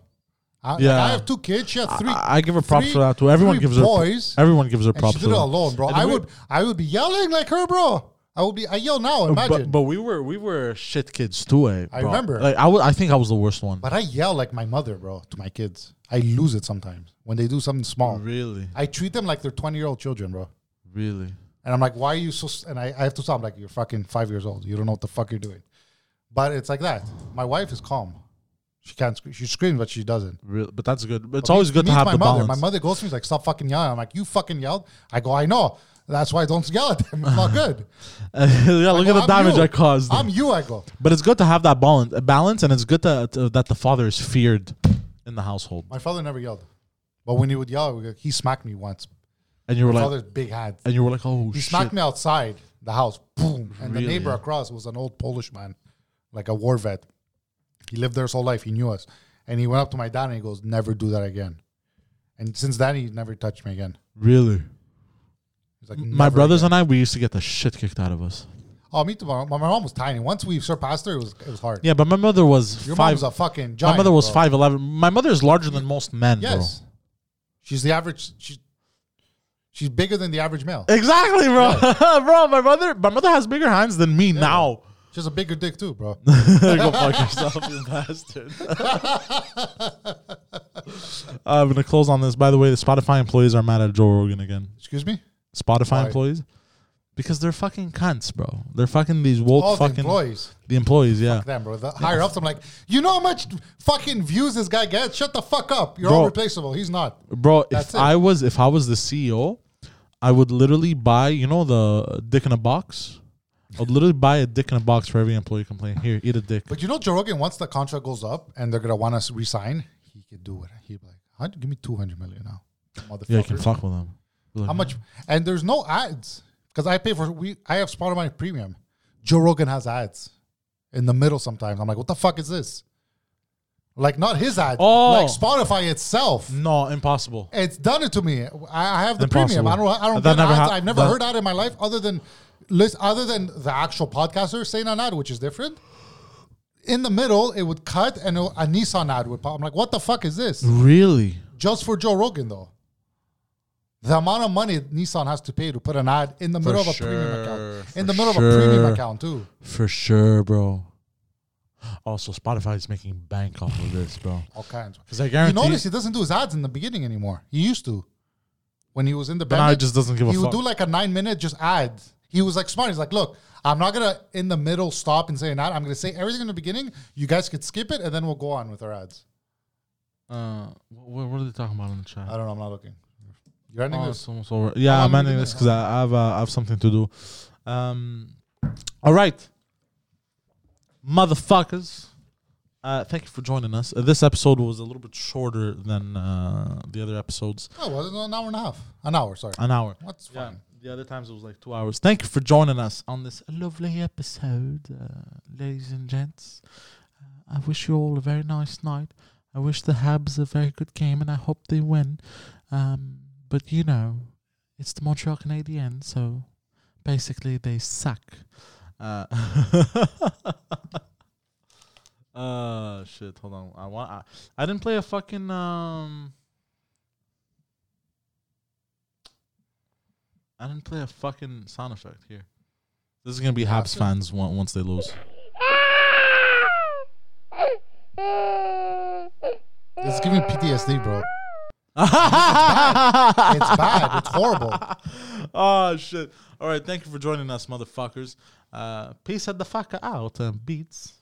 Speaker 2: I, like,
Speaker 1: Yeah.
Speaker 2: I have two kids. She has three.
Speaker 1: I, I give her props
Speaker 2: three-
Speaker 1: for that too. Everyone
Speaker 2: three
Speaker 1: gives
Speaker 2: boys.
Speaker 1: her everyone gives her props.
Speaker 2: And
Speaker 1: for
Speaker 2: she did it
Speaker 1: that.
Speaker 2: alone, bro.
Speaker 1: And
Speaker 2: I
Speaker 1: we-
Speaker 2: would I would be yelling like her, bro. I would be I yell now, imagine.
Speaker 1: Uh, But, but we were we were shit kids too. Eh,
Speaker 2: I
Speaker 1: bro.
Speaker 2: remember.
Speaker 1: Like I wa- I think I was the worst one.
Speaker 2: But I yell like my mother, bro, to my kids. I lose it sometimes when they do something small.
Speaker 1: Really,
Speaker 2: I treat them like they're 20 year old children, bro.
Speaker 1: really.
Speaker 2: And I'm like, why are you so. s- And I, I have to stop. I'm like, you're fucking five years old. You don't know what the fuck you're doing. But it's like that. My wife is calm. She can't. sc- She screams, but she doesn't.
Speaker 1: Real, but that's good. It's
Speaker 2: Me-
Speaker 1: always good to
Speaker 2: me,
Speaker 1: have
Speaker 2: my
Speaker 1: the
Speaker 2: mother. My
Speaker 1: balance.
Speaker 2: mother goes to me she's like, "Stop fucking yelling." I'm like, "You fucking yelled." I go, "I know. That's why I don't [laughs] yell at them. It's
Speaker 1: [laughs]
Speaker 2: not good."
Speaker 1: yeah, look
Speaker 2: I go,
Speaker 1: at the
Speaker 2: "I'm
Speaker 1: damage
Speaker 2: you.
Speaker 1: I caused.
Speaker 2: I'm you. I go.
Speaker 1: But it's good to have that balance, balance, and it's good to, to- that the father is feared in the household.
Speaker 2: My father never yelled, but when he would yell, I would go- he smacked me once.
Speaker 1: And you were
Speaker 2: My
Speaker 1: like,
Speaker 2: father's big hand.
Speaker 1: and you were like, oh
Speaker 2: He
Speaker 1: shit.
Speaker 2: smacked me outside the house. Boom. And the
Speaker 1: Really?
Speaker 2: neighbor across was an old Polish man, like a war vet. He lived there his whole life. He knew us. And he went up to my dad and he goes, Never do that again. And since then, he never touched me again.
Speaker 1: Really.
Speaker 2: He's like,
Speaker 1: My
Speaker 2: "Never
Speaker 1: brothers
Speaker 2: again."
Speaker 1: and I, we used to get the shit kicked out of us.
Speaker 2: Oh, me too. My, my mom was tiny. Once we surpassed her, it was, it was hard.
Speaker 1: Yeah, but my mother was
Speaker 2: Your
Speaker 1: five.
Speaker 2: mom's a fucking giant.
Speaker 1: My mother was
Speaker 2: bro.
Speaker 1: five eleven. My mother is larger than most men.
Speaker 2: Yes. She's the average. She's, she's bigger than the average male.
Speaker 1: bro. Exactly, bro. [laughs] bro, my mother, my mother has bigger hands than me
Speaker 2: [laughs]
Speaker 1: now.
Speaker 2: She has a bigger dick,
Speaker 1: [laughs]
Speaker 2: too, bro.
Speaker 1: Go [laughs] fuck yourself, you bastard. I'm Uh, gonna close on this. By the way, the Spotify employees are mad at Joe Rogan again.
Speaker 2: Excuse me?
Speaker 1: Spotify
Speaker 2: Why?
Speaker 1: employees, because they're fucking cunts, bro. They're fucking these woke
Speaker 2: All the
Speaker 1: fucking
Speaker 2: employees.
Speaker 1: the employees. Yeah,
Speaker 2: them, bro. The higher ups, I'm like, you know how much fucking views this guy gets? Shut the fuck up. You're
Speaker 1: Bro.
Speaker 2: all replaceable. He's not.
Speaker 1: bro. if
Speaker 2: That's it.
Speaker 1: I was if I was the CEO, I would literally buy you know the dick in a box. I would literally buy a dick in a box for every employee complaint. Here, eat a dick.
Speaker 2: But you know, Joe Rogan, once the contract goes up and they're gonna want us to resign, he could do it. He'd be like, how do you give me two hundred million now? Motherfucker.
Speaker 1: Yeah, you can fuck with them. Be like,
Speaker 2: how much and there's no ads. Because I pay for we I have Spotify premium. Joe Rogan has ads in the middle sometimes. I'm like, what the fuck is this? Like not his ad,
Speaker 1: Oh.
Speaker 2: like Spotify itself.
Speaker 1: No, impossible.
Speaker 2: It's done it to me. I, I have the
Speaker 1: Impossible.
Speaker 2: premium. I don't. I don't.
Speaker 1: That
Speaker 2: Get
Speaker 1: never
Speaker 2: ads.
Speaker 1: hap-
Speaker 2: I've never
Speaker 1: that-
Speaker 2: heard ad in my life, other than list, other than the actual podcaster saying an ad, which is different. In the middle, it would cut, and a a Nissan ad would pop. I'm like, what the fuck is this?
Speaker 1: Mm. Really?
Speaker 2: Just for Joe Rogan, though. The amount of money Nissan has to pay to put an ad in the middle of a premium
Speaker 1: sure.
Speaker 2: account,
Speaker 1: For
Speaker 2: in the middle of a
Speaker 1: sure.
Speaker 2: premium account too.
Speaker 1: For sure, bro. Also, Spotify is making bank off of this, bro.
Speaker 2: All kinds.
Speaker 1: Because I
Speaker 2: You
Speaker 1: guarantee.
Speaker 2: notice he doesn't do his ads in the beginning anymore. He used to. When he was in the
Speaker 1: But now he
Speaker 2: band,
Speaker 1: just doesn't give a
Speaker 2: he would
Speaker 1: fuck.
Speaker 2: do like a nine minute just ad. He was like smart. He's like, look, I'm not gonna in the middle stop and say an ad. I'm gonna say everything in the beginning. You guys could skip it, and then we'll go on with our ads.
Speaker 1: uh, what, what are they talking about in the chat?
Speaker 2: I don't know. I'm not looking. You're ending
Speaker 1: Uh, Oh,
Speaker 2: this.
Speaker 1: it's almost over. Yeah,
Speaker 2: How
Speaker 1: I'm
Speaker 2: long have
Speaker 1: ending
Speaker 2: we
Speaker 1: this
Speaker 2: been
Speaker 1: because I I have uh, I have something to do. Um, all right, motherfuckers. Uh, thank you for joining us. Uh, this episode was a little bit shorter than uh, the other episodes,
Speaker 2: Oh, well, it's an hour and a half. An hour. Sorry.
Speaker 1: an hour.
Speaker 2: What's fine?
Speaker 1: the other times it was like two hours. Thank you for joining us on this lovely episode, uh, ladies and gents. Uh, I wish you all a very nice night. I wish the Habs a very good game, and I hope they win. Um, but you know, it's the Montreal Canadiens, so basically they suck. Uh, [laughs] uh shit. Hold on. I want. I, I didn't play a fucking um. I didn't play a fucking sound effect here. This is gonna be Habs fans on- once they lose.
Speaker 2: This is giving PTSD, bro.
Speaker 1: oh
Speaker 2: It's bad. It's
Speaker 1: [laughs]
Speaker 2: horrible.
Speaker 1: shit! All right, thank you for joining us, motherfuckers. Uh, peace at the fucker out and beats.